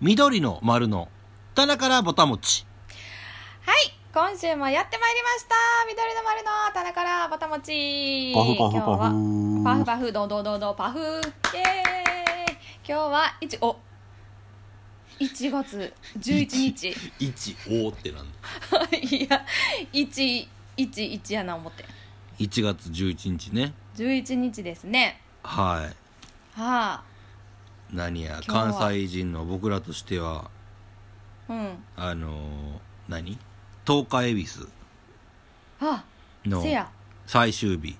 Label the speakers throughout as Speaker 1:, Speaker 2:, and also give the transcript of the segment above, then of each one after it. Speaker 1: 緑の丸の棚からぼたもち
Speaker 2: はい今週もやってまいりました緑の丸の棚からぼたもち
Speaker 3: パフパフ
Speaker 2: 今日
Speaker 3: パ
Speaker 2: は
Speaker 3: フ。
Speaker 2: パフパフどんどんどんどんパフイエーイ今日はいちお1月11日
Speaker 1: 一おーってなんだ
Speaker 2: いや111やな思って
Speaker 1: 1月11日ね
Speaker 2: 11日ですね
Speaker 1: はい
Speaker 2: は
Speaker 1: 何や
Speaker 2: 今日は
Speaker 1: 関西人の僕らとしては
Speaker 2: あうん
Speaker 1: あのー何東海恵比寿
Speaker 2: はあ
Speaker 1: の
Speaker 2: せや
Speaker 1: 最終日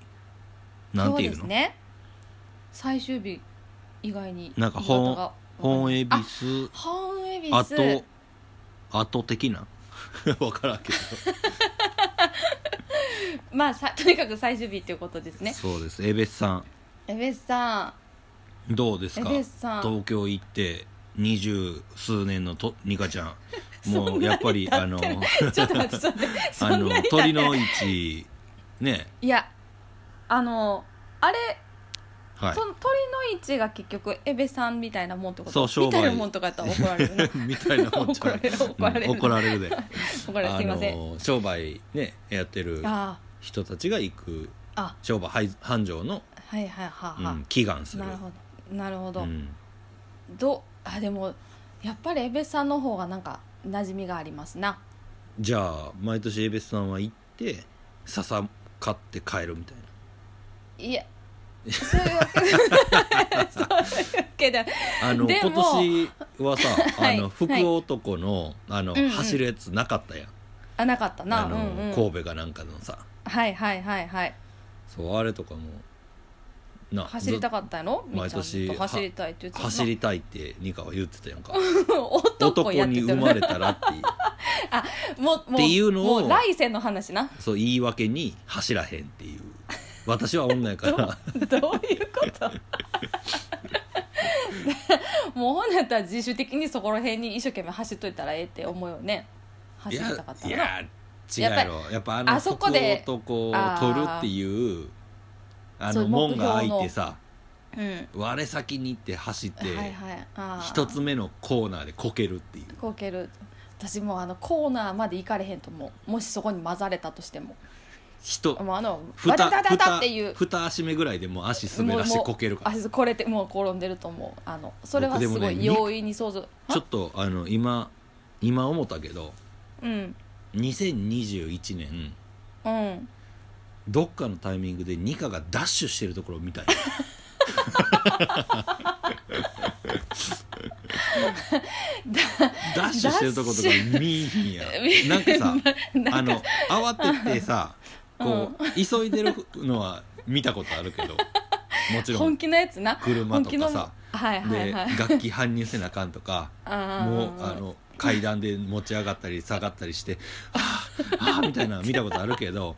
Speaker 1: なんていうの
Speaker 2: そうですね最終日以外に
Speaker 1: なんか
Speaker 2: 言い方
Speaker 1: 本
Speaker 2: が
Speaker 1: 本恵比
Speaker 2: あ
Speaker 1: 寿
Speaker 2: 本恵比
Speaker 1: あ
Speaker 2: 寿
Speaker 1: とあと的な わからんけ
Speaker 2: まあさとにかく最終日っていうことです
Speaker 1: ど、
Speaker 2: ね
Speaker 1: そうです恵比寿さ
Speaker 2: エベスさ
Speaker 1: んどうです
Speaker 2: んエ
Speaker 1: か
Speaker 2: ベスさん
Speaker 1: 東京行って二十数年のとニカちゃん
Speaker 2: そ
Speaker 1: も
Speaker 2: ん
Speaker 1: う
Speaker 2: なに
Speaker 1: やっぱりあの
Speaker 2: ちょっと待ってちょっと待ってそ
Speaker 1: あ
Speaker 2: ん
Speaker 1: の
Speaker 2: なに経って
Speaker 1: 鳥
Speaker 2: ない
Speaker 1: の市ね
Speaker 2: いやあのあれ、
Speaker 1: はい
Speaker 2: その鳥の市が結局エベさんみたいなもんってこと
Speaker 1: そう商売
Speaker 2: みたいなもんとかやったら怒ら れるね
Speaker 1: みたいなもんちゃう
Speaker 2: 怒られる
Speaker 1: うん怒られるで
Speaker 2: 怒られるすいません、
Speaker 1: あの商売ねやってる
Speaker 2: あ
Speaker 1: 人たちが行く
Speaker 2: ああ
Speaker 1: 商売繁繁盛の、
Speaker 2: はいはいは
Speaker 1: う
Speaker 2: いは
Speaker 1: ん、祈願す
Speaker 2: い
Speaker 1: る
Speaker 2: なるほどなるほど、
Speaker 1: うん
Speaker 2: どあでもやっぱりエベさんの方がなんか馴染みがありますな
Speaker 1: じゃあ毎年エベスさんは行って笹買って帰るみたいない
Speaker 2: やそういうわけ そういうわけで
Speaker 1: あの
Speaker 2: でも
Speaker 1: 今年はさ
Speaker 2: は
Speaker 1: あ
Speaker 2: い
Speaker 1: の福男のあの、
Speaker 2: うんうん
Speaker 1: 走るやつなかったやん
Speaker 2: あなかったな
Speaker 1: あの、
Speaker 2: うんうん、
Speaker 1: 神戸かなんかのさ
Speaker 2: はいはいはいはい
Speaker 1: そうあれとかもな
Speaker 2: 走りた
Speaker 1: ず
Speaker 2: かったやろみっ
Speaker 1: 毎
Speaker 2: ちゃん
Speaker 1: 年
Speaker 2: と走りたいって言ってたな
Speaker 1: 走りたいってニカは言ってたやんか
Speaker 2: 男
Speaker 1: 男
Speaker 2: やって
Speaker 1: に
Speaker 2: て
Speaker 1: 生まれたらっていう
Speaker 2: もうも
Speaker 1: っていうのを
Speaker 2: もう来世の話な
Speaker 1: そう言い訳に走らへんっていう私は女やから
Speaker 2: どういうこと もうほんなったら自主的にそこら辺に一生懸命走っといたらええって思うよね
Speaker 1: い
Speaker 2: 走り
Speaker 1: や
Speaker 2: たかった
Speaker 1: い
Speaker 2: らな
Speaker 1: や違うやろやっぱあの
Speaker 2: あそこで
Speaker 1: 福男を取るっていうあ
Speaker 2: そう
Speaker 1: の
Speaker 2: いう
Speaker 1: 門が
Speaker 2: 目
Speaker 1: 開い
Speaker 2: 標の
Speaker 1: てさ
Speaker 2: うん
Speaker 1: 我先に行って走って
Speaker 2: はいはいあー
Speaker 1: 一つ目のコーナーでこけるっていう
Speaker 2: こける私もうあのコーナーまで行かれへんと思うもしそこに混ざれたとしても
Speaker 1: 人
Speaker 2: もうあの
Speaker 1: ふた
Speaker 2: ダダダダっていう
Speaker 1: ふた足目ぐらいでもう足滑らしてこけるから
Speaker 2: あこれてもう転んでると思うあのそれは
Speaker 1: 僕ですもね
Speaker 2: ごい容易に想像、あ
Speaker 1: ちょっとあの今今思ったけど
Speaker 2: うん
Speaker 1: 2021年
Speaker 2: うん
Speaker 1: どっかのタイミングでニカがダッシュしてるところを見たい ダッシュしてるところとか見えへんやろなんかさあの慌ててさこう、急いでるのは見たことあるけどもちろ
Speaker 2: 本
Speaker 1: ん
Speaker 2: 気のやつな
Speaker 1: 車とかさ
Speaker 2: はいはい
Speaker 1: で
Speaker 2: はい
Speaker 1: 楽器搬入せなあかんとか
Speaker 2: あー
Speaker 1: もうあの階段で持ち上がったり下がったりして「はあはあ」みたいなの見たことあるけど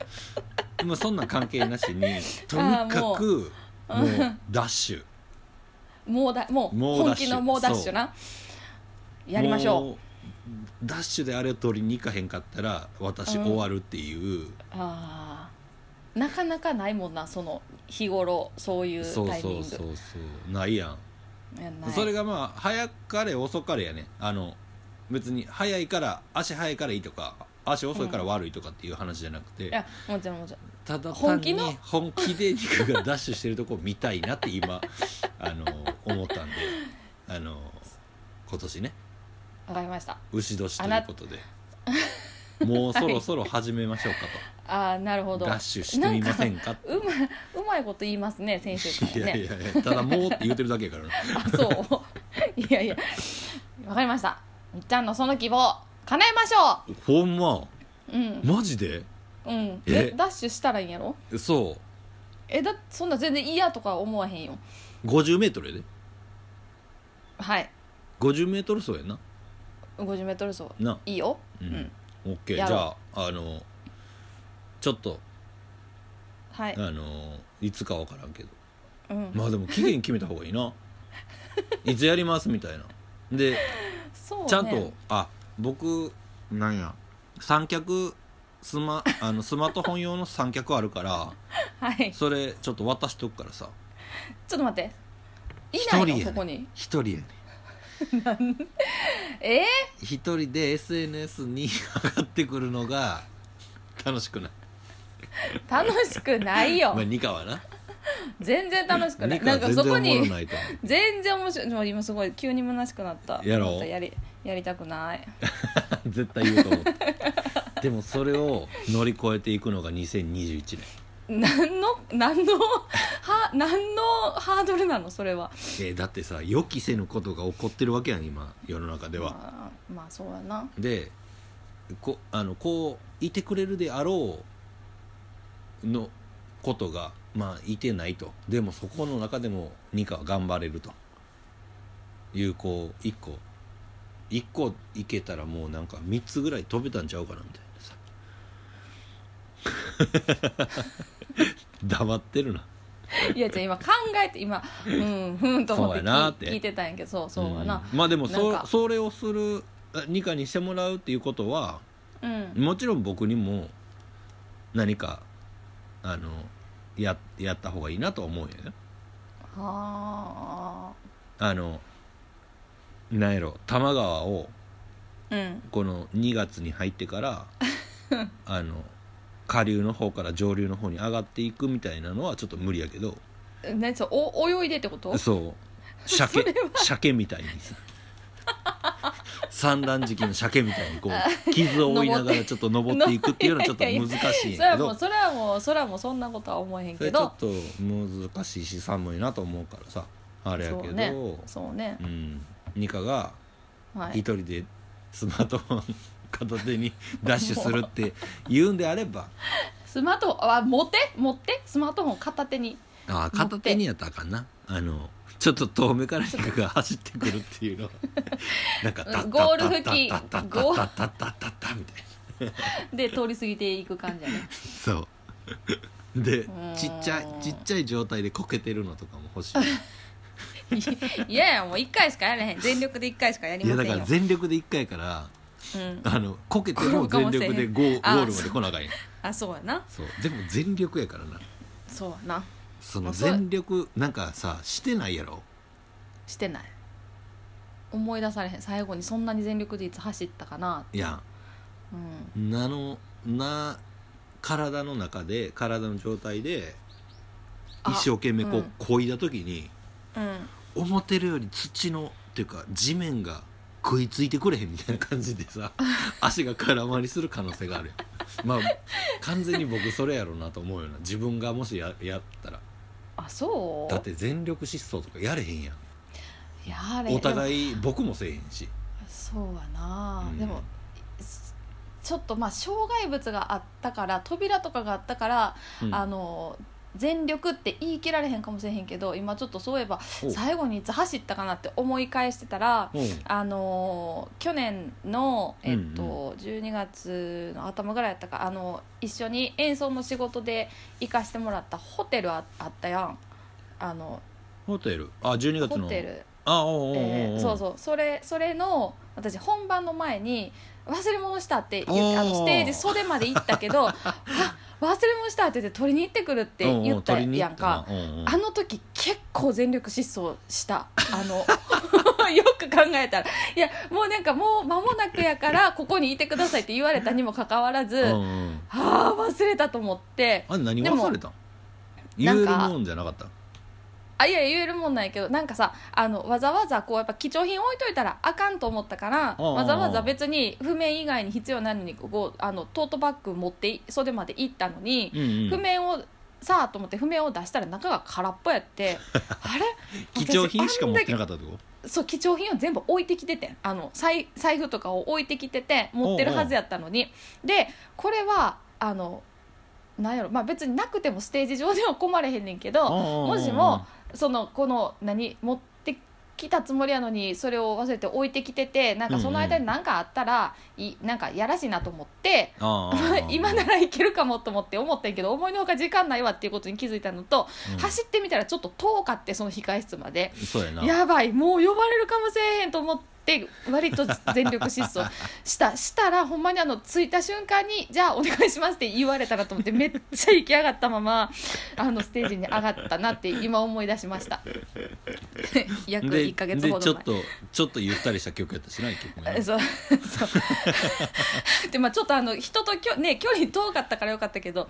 Speaker 1: 今そんな関係なしにとにか
Speaker 2: あー
Speaker 1: くもうダッシュ
Speaker 2: もうだもう
Speaker 1: 猛ダ
Speaker 2: 本
Speaker 1: ッシュ
Speaker 2: 気の猛ダッシュなやりましょう
Speaker 1: もうダッシュであれを取りに行かへんかったら私
Speaker 2: うん
Speaker 1: 終わるっていう、
Speaker 2: あーなかなかないもんなその日頃そういう
Speaker 1: そう
Speaker 2: タイ
Speaker 1: そ
Speaker 2: ミン
Speaker 1: う
Speaker 2: グ
Speaker 1: そうそうないやん、
Speaker 2: やんない
Speaker 1: それがまあ早かれ遅かれやねあの別に早いから足早いからいいとか足遅いから悪いとかっていう話じゃなくて、
Speaker 2: いやもちろんもちろん
Speaker 1: ただ
Speaker 2: 本
Speaker 1: 単
Speaker 2: 気
Speaker 1: に
Speaker 2: の
Speaker 1: 本気で肉がダッシュしてるとこ見たいなって今 あの思ったんであの今年ね
Speaker 2: わかりました
Speaker 1: 牛年ということでもうそろそろ始めましょうか
Speaker 2: ああなるほ
Speaker 1: と、
Speaker 2: ど
Speaker 1: ダッシュしてみませんか
Speaker 2: うまうまいこと言いますね先生から
Speaker 1: い
Speaker 2: ね
Speaker 1: やいやいやただもうって言うてるだけやからな
Speaker 2: あそういやいやわかりましたみっちゃんのその希望叶えましょ
Speaker 1: ほんま
Speaker 2: ううん
Speaker 1: マジで
Speaker 2: うん
Speaker 1: え
Speaker 2: えダッシュしたらいいんやろ
Speaker 1: そ
Speaker 2: えだそんな全然嫌とか思わへんよ
Speaker 1: う5 0ルやで
Speaker 2: はい
Speaker 1: 5 0ル走やな
Speaker 2: 50m 走
Speaker 1: ない
Speaker 2: いよ
Speaker 1: う
Speaker 2: うんん、
Speaker 1: オッケーじ
Speaker 2: や
Speaker 1: ゃ
Speaker 2: ろ
Speaker 1: ああのちょっと
Speaker 2: はい、
Speaker 1: あのいつかわからんけど
Speaker 2: うん
Speaker 1: まあでも期限決めた方がいい ないつやりますみたいなで
Speaker 2: そうね
Speaker 1: ちゃんと、あ僕なんや三脚ス マあのスマートフォン用の三脚あるから
Speaker 2: はい
Speaker 1: それちょっと渡しとくからさ
Speaker 2: ちょっと待っていな
Speaker 1: 一人
Speaker 2: い
Speaker 1: やね
Speaker 2: のそこに
Speaker 1: 一人やね
Speaker 2: え
Speaker 1: 一人で SNS に上がってくるのが楽しくない
Speaker 2: ー、楽しくないよ
Speaker 1: まあ2課はな
Speaker 2: 全然楽しく
Speaker 1: 2
Speaker 2: ない
Speaker 1: 課
Speaker 2: な
Speaker 1: は
Speaker 2: んか
Speaker 1: 全
Speaker 2: そ
Speaker 1: 然お
Speaker 2: こ
Speaker 1: もろ
Speaker 2: に
Speaker 1: ないと思う
Speaker 2: 全然面白いでも今すごい急に虚しくなった
Speaker 1: やろう
Speaker 2: もっとやりやりたくない
Speaker 1: 絶対言うと思ったでもそれを乗り越えていくのが2021年
Speaker 2: 何の何のは何のハードルなのそれは
Speaker 1: えーだってさ予期せぬことが起こってるわけやん今世の中では、
Speaker 2: まあ、まあそうやな
Speaker 1: でこあのこういてくれるであろうのことがまあいてないとでもそこの中でも二課は頑張れるというこう一個一個いけたらもうなんか三つぐらい飛べたんちゃうかなみたいなさ 黙ってるない
Speaker 2: やじゃあ今考えて今うんふんと思
Speaker 1: そ
Speaker 2: って
Speaker 1: うやな
Speaker 2: 聞
Speaker 1: って
Speaker 2: 聞いてたんやけどそうそうやな
Speaker 1: うんまあでも
Speaker 2: なん
Speaker 1: そ
Speaker 2: か
Speaker 1: それをするあ二課にしてもらうっていうことは
Speaker 2: うん、
Speaker 1: もちろん僕にも何かあのややった方がいいなとは思うよね
Speaker 2: は
Speaker 1: あのなんやろ多摩川を
Speaker 2: あうん
Speaker 1: この2月に入ってから あの下流の方から上流の方に上がっていくみたいなのはちょっと無理やけど
Speaker 2: 何そうお泳いでってこと
Speaker 1: そう鮭鮭みたいにさ三段式の鮭みたいにこう傷を負いながらちょっと登っていくっていうのはちょっと難しいん
Speaker 2: それ
Speaker 1: や
Speaker 2: は
Speaker 1: け
Speaker 2: も
Speaker 1: ど
Speaker 2: うそれはもうそれはもうそんなことは思えへん
Speaker 1: そ
Speaker 2: け
Speaker 1: れちょっ
Speaker 2: ど
Speaker 1: と難しいし寒いなと思うからさあれやけ
Speaker 2: そ
Speaker 1: ど
Speaker 2: うねそうね
Speaker 1: うんニカが
Speaker 2: は
Speaker 1: 一
Speaker 2: い
Speaker 1: 人でスマートフォン片手にダッシュするって言うんであれば
Speaker 2: スマートフォンあ持って持ってスマートフォン片手に
Speaker 1: ああ
Speaker 2: 持って
Speaker 1: 片手にやったらあかんなあのちょっと遠目からニカが走ってくるっていうのはなんかタッタ
Speaker 2: ゴー
Speaker 1: ッ
Speaker 2: ル
Speaker 1: タ
Speaker 2: 付
Speaker 1: ッタッタ
Speaker 2: 近
Speaker 1: ッタッタ
Speaker 2: ゴ
Speaker 1: ッ
Speaker 2: ー
Speaker 1: タッタッタッタッみたいな
Speaker 2: で通り過ぎていく感じ やね
Speaker 1: そうで
Speaker 2: うん
Speaker 1: ちっちゃいちっちゃい状態でこけてるのとかも欲しい
Speaker 2: いやいやもう1回しかやれへん全力で1回しかやり
Speaker 1: いや
Speaker 2: ませ
Speaker 1: だ
Speaker 2: んよ
Speaker 1: から全力で一回やから
Speaker 2: うん、
Speaker 1: あのこけても全力でゴーゴ
Speaker 2: あ
Speaker 1: ールまで来なあかんやん
Speaker 2: あそうやな
Speaker 1: そうでも全力やからな
Speaker 2: そうやな
Speaker 1: その
Speaker 2: あそう
Speaker 1: 全力なんかさしてないやろ
Speaker 2: してない思い出されへん最後にそんなに全力でいつ走ったかなって
Speaker 1: いや
Speaker 2: うん
Speaker 1: なのな体の中で体の状態で
Speaker 2: あ
Speaker 1: 一生懸命こ
Speaker 2: う
Speaker 1: うんこいだ時に、
Speaker 2: うん
Speaker 1: 思ってるより土のっていうか地面が食いついてくれへんみたいな感じで さ足が空回りする可能性があるよまあ完全に僕それやろうなと思うよな自分がもしややったら
Speaker 2: あそう
Speaker 1: だって全力疾走とかやれへんやん
Speaker 2: やれ
Speaker 1: お
Speaker 2: い
Speaker 1: 互い僕もせえへんし
Speaker 2: そうやな、
Speaker 1: うん
Speaker 2: でもすちょっとまあ障害物があったから扉とかがあったから、
Speaker 1: うん
Speaker 2: あの全力って言い切られへんかもしれへんけど今ちょっとそういえば
Speaker 1: おう
Speaker 2: 最後にいつ走ったかなって思い返してたら
Speaker 1: うん
Speaker 2: あのー去年の、えっと
Speaker 1: うん
Speaker 2: 12月の頭ぐらいやったかあの一緒に演奏の仕事で行かしてもらったホテルああったやんあの
Speaker 1: ホテルあ12月
Speaker 2: ホ
Speaker 1: の
Speaker 2: テル、
Speaker 1: あおうおうおうおう、
Speaker 2: えーそうそうそれそれの私本番の前に忘れ物したって言ってあの
Speaker 1: おー
Speaker 2: ステージ袖まで行ったけ どあ忘れ物したって言って取りに行ってくるって言った
Speaker 1: うんうん取りに
Speaker 2: や
Speaker 1: 行
Speaker 2: ん
Speaker 1: っ
Speaker 2: か。
Speaker 1: たなうんうん
Speaker 2: あの時結構全力疾走 したあの よく考えたらいやもうなんかもう間もなくやからここにいてくださいって言われたにもかかわらず、
Speaker 1: うんうん
Speaker 2: ああ忘れたと思って
Speaker 1: あれ何
Speaker 2: でも
Speaker 1: 忘れたん言える
Speaker 2: なんか
Speaker 1: もんじゃなかった
Speaker 2: あいや言えるもんないけどなんかさあのわざわざこうやっぱ貴重品置いといたらあかんと思ったから
Speaker 1: うんうんうん
Speaker 2: わざわざ別に譜面以外に必要ないのにこうあのトートバッグ持ってい袖まで行ったのに、
Speaker 1: うんう
Speaker 2: 譜
Speaker 1: ん
Speaker 2: 面をさあと思って譜面を出したら中が空っぽやって あれ
Speaker 1: 貴重品しか持っ
Speaker 2: 私あんだけ
Speaker 1: てなかったってこと
Speaker 2: そう貴重品を全部置いてきててんあの財財布とかを置いてきてて持ってるはずやったのにでこれはあのなんやろまあ別になくてもステージ上では困れへんねんけど
Speaker 1: も
Speaker 2: もしもそのこの何持ってきたつもりやのにそれを忘れて置いてきててなんかその間に何かあったら、いなんかやらしいなと思って。 今ならいけるかもと思って思ったんやけど思いのほか時間ないわっていうことに気づいたのと、走ってみたらちょっと遠かってその控え室まで
Speaker 1: うんそうやな
Speaker 2: やばいもう呼ばれるかもしれへんと思ってって割と全力疾走したしたらほんまにあの着いた瞬間に「じゃあお願いします」って言われたなと思ってめっちゃ行き上がったままあのステージに上がったなって今思い出しました 約
Speaker 1: で
Speaker 2: 1か月ほ
Speaker 1: でちょ
Speaker 2: ど
Speaker 1: っとちょっとゆったりした曲やったしない曲ね
Speaker 2: 前そうそうでまあちょっとあの人ときょ、ね、距離遠かったからよかったけど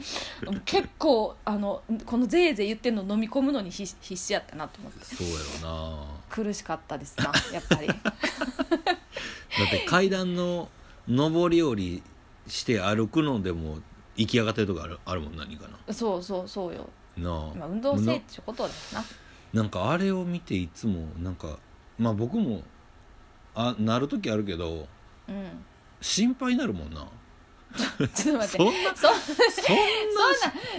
Speaker 2: 結構あのこのぜいぜい言ってるの飲み込むのに必必死やったなと思って
Speaker 1: そうやろな
Speaker 2: 苦しかったですなやっぱり
Speaker 1: だって階段の上り下りして歩くのでも行き上がってるとこあるあるもん何かな
Speaker 2: そうそうそうよ、
Speaker 1: なあ
Speaker 2: まあ、運動せいっちゅうことだよな
Speaker 1: ななんかあれを見ていつもなんかまあ僕もあなる時あるけど
Speaker 2: うん
Speaker 1: 心配になるもんな
Speaker 2: ちょっと待っ
Speaker 1: そん
Speaker 2: て
Speaker 1: な
Speaker 2: そ
Speaker 1: そん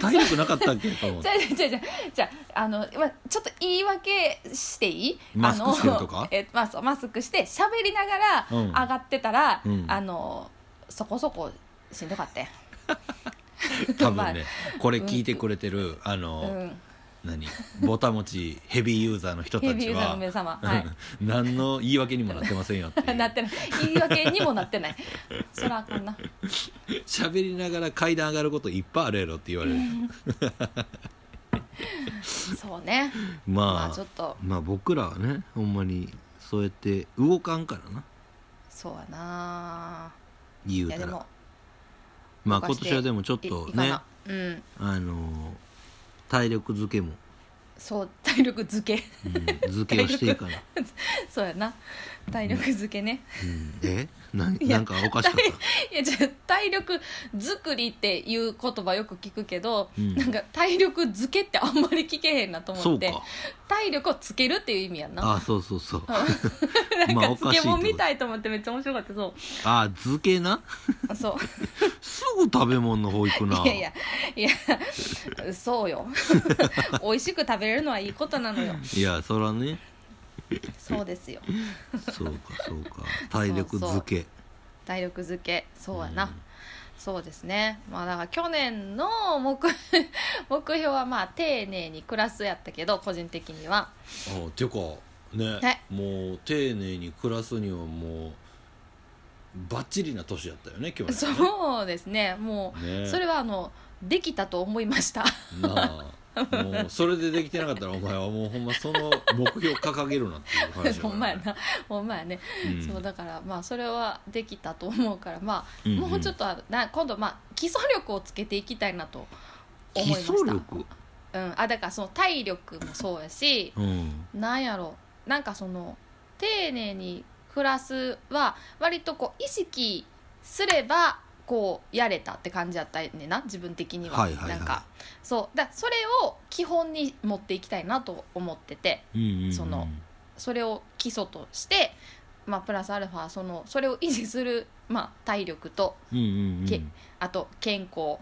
Speaker 1: な体力なかったっけと思って
Speaker 2: じゃじゃじゃじゃあのまちょっと言い訳していい
Speaker 1: マスクしてるとか
Speaker 2: あのえまあそうマスクして喋りながら
Speaker 1: うん
Speaker 2: 上がってたら、
Speaker 1: うん
Speaker 2: あのそこそこしんどかったよ
Speaker 1: 多分ねこれ聞いてくれてるあ
Speaker 2: う
Speaker 1: の
Speaker 2: ん、
Speaker 1: 何ボタン持ちヘビーユーザーの人
Speaker 2: ヘ
Speaker 1: た
Speaker 2: ビー
Speaker 1: ち
Speaker 2: ユーザーの
Speaker 1: は
Speaker 2: 皆様、はい、
Speaker 1: うん何の言い訳にもなってませんよっていう
Speaker 2: なってない言い訳にもなってないそらあかんな
Speaker 1: 喋りながら階段上がることいっぱいあるやろって言われる
Speaker 2: そうねまあ
Speaker 1: ま
Speaker 2: ちょ
Speaker 1: あ
Speaker 2: っと
Speaker 1: まあ僕らはねほんまにそうやって動かんからな
Speaker 2: そうやな
Speaker 1: 言う
Speaker 2: い
Speaker 1: た
Speaker 2: やでも
Speaker 1: らまあ
Speaker 2: 動か
Speaker 1: 今
Speaker 2: して
Speaker 1: 年はでもちょっ
Speaker 2: い
Speaker 1: と
Speaker 2: いか
Speaker 1: ね
Speaker 2: なうん
Speaker 1: あの体力づけも、
Speaker 2: そう体力づけ
Speaker 1: うん、づけをしていかな、
Speaker 2: そうやな体力づけね、
Speaker 1: うん、えないな
Speaker 2: や
Speaker 1: んかおかしかった
Speaker 2: いやじゃあ体力作りっていう言葉よく聞くけど、
Speaker 1: うん
Speaker 2: なんか体力づけってあんまり聞けへんなと
Speaker 1: そ
Speaker 2: 思っ
Speaker 1: う
Speaker 2: て
Speaker 1: か
Speaker 2: 体力をつけるっていう意味やんな
Speaker 1: あそうそうそう
Speaker 2: なん
Speaker 1: まあ
Speaker 2: か
Speaker 1: おかしいって
Speaker 2: 漬
Speaker 1: こと
Speaker 2: 物みたいと思ってめっちゃ面白かったそ
Speaker 1: あ漬けな
Speaker 2: うそう
Speaker 1: すぐ食べ物の方行くない
Speaker 2: やいやいやそ うよ 美味しく食べれるのはいいことなのよ
Speaker 1: いやそらね
Speaker 2: そうですよ
Speaker 1: そうかそうか体力づけ
Speaker 2: 体力づけそうやな、そうですねまあだから去年の目 目標はまあ丁寧に暮らすやったけど個人的には
Speaker 1: あていうかね、
Speaker 2: はい
Speaker 1: もう丁寧に暮らすにはもうバッチリな年やったよね今日
Speaker 2: そうですねもう、
Speaker 1: ね
Speaker 2: それはあのできたと思いました
Speaker 1: なあもうそれでできてなかったらお前はもうほんまその目標掲げるなっていう話だからね
Speaker 2: ほんまやなほんまやね、
Speaker 1: うん
Speaker 2: そうだからまあそれはできたと思うからまあ、
Speaker 1: うんうん
Speaker 2: もうちょっとはな今度まあ基礎力をつけていきたいなと思い
Speaker 1: 基
Speaker 2: ました
Speaker 1: 礎力
Speaker 2: うん、あだからその体力もそうやし
Speaker 1: うん
Speaker 2: なんやろなんかその丁寧に暮らすは割とこう意識すればこうやれたって感じやったねんな自分的には,、
Speaker 1: はいはいはい
Speaker 2: なんかそうだそれを基本に持っていきたいなと思ってて
Speaker 1: うんうんうん
Speaker 2: そのそれを基礎として、まあ、プラスアルファそのそれを維持する、まあ、体力と
Speaker 1: うんうんうん
Speaker 2: けあと健康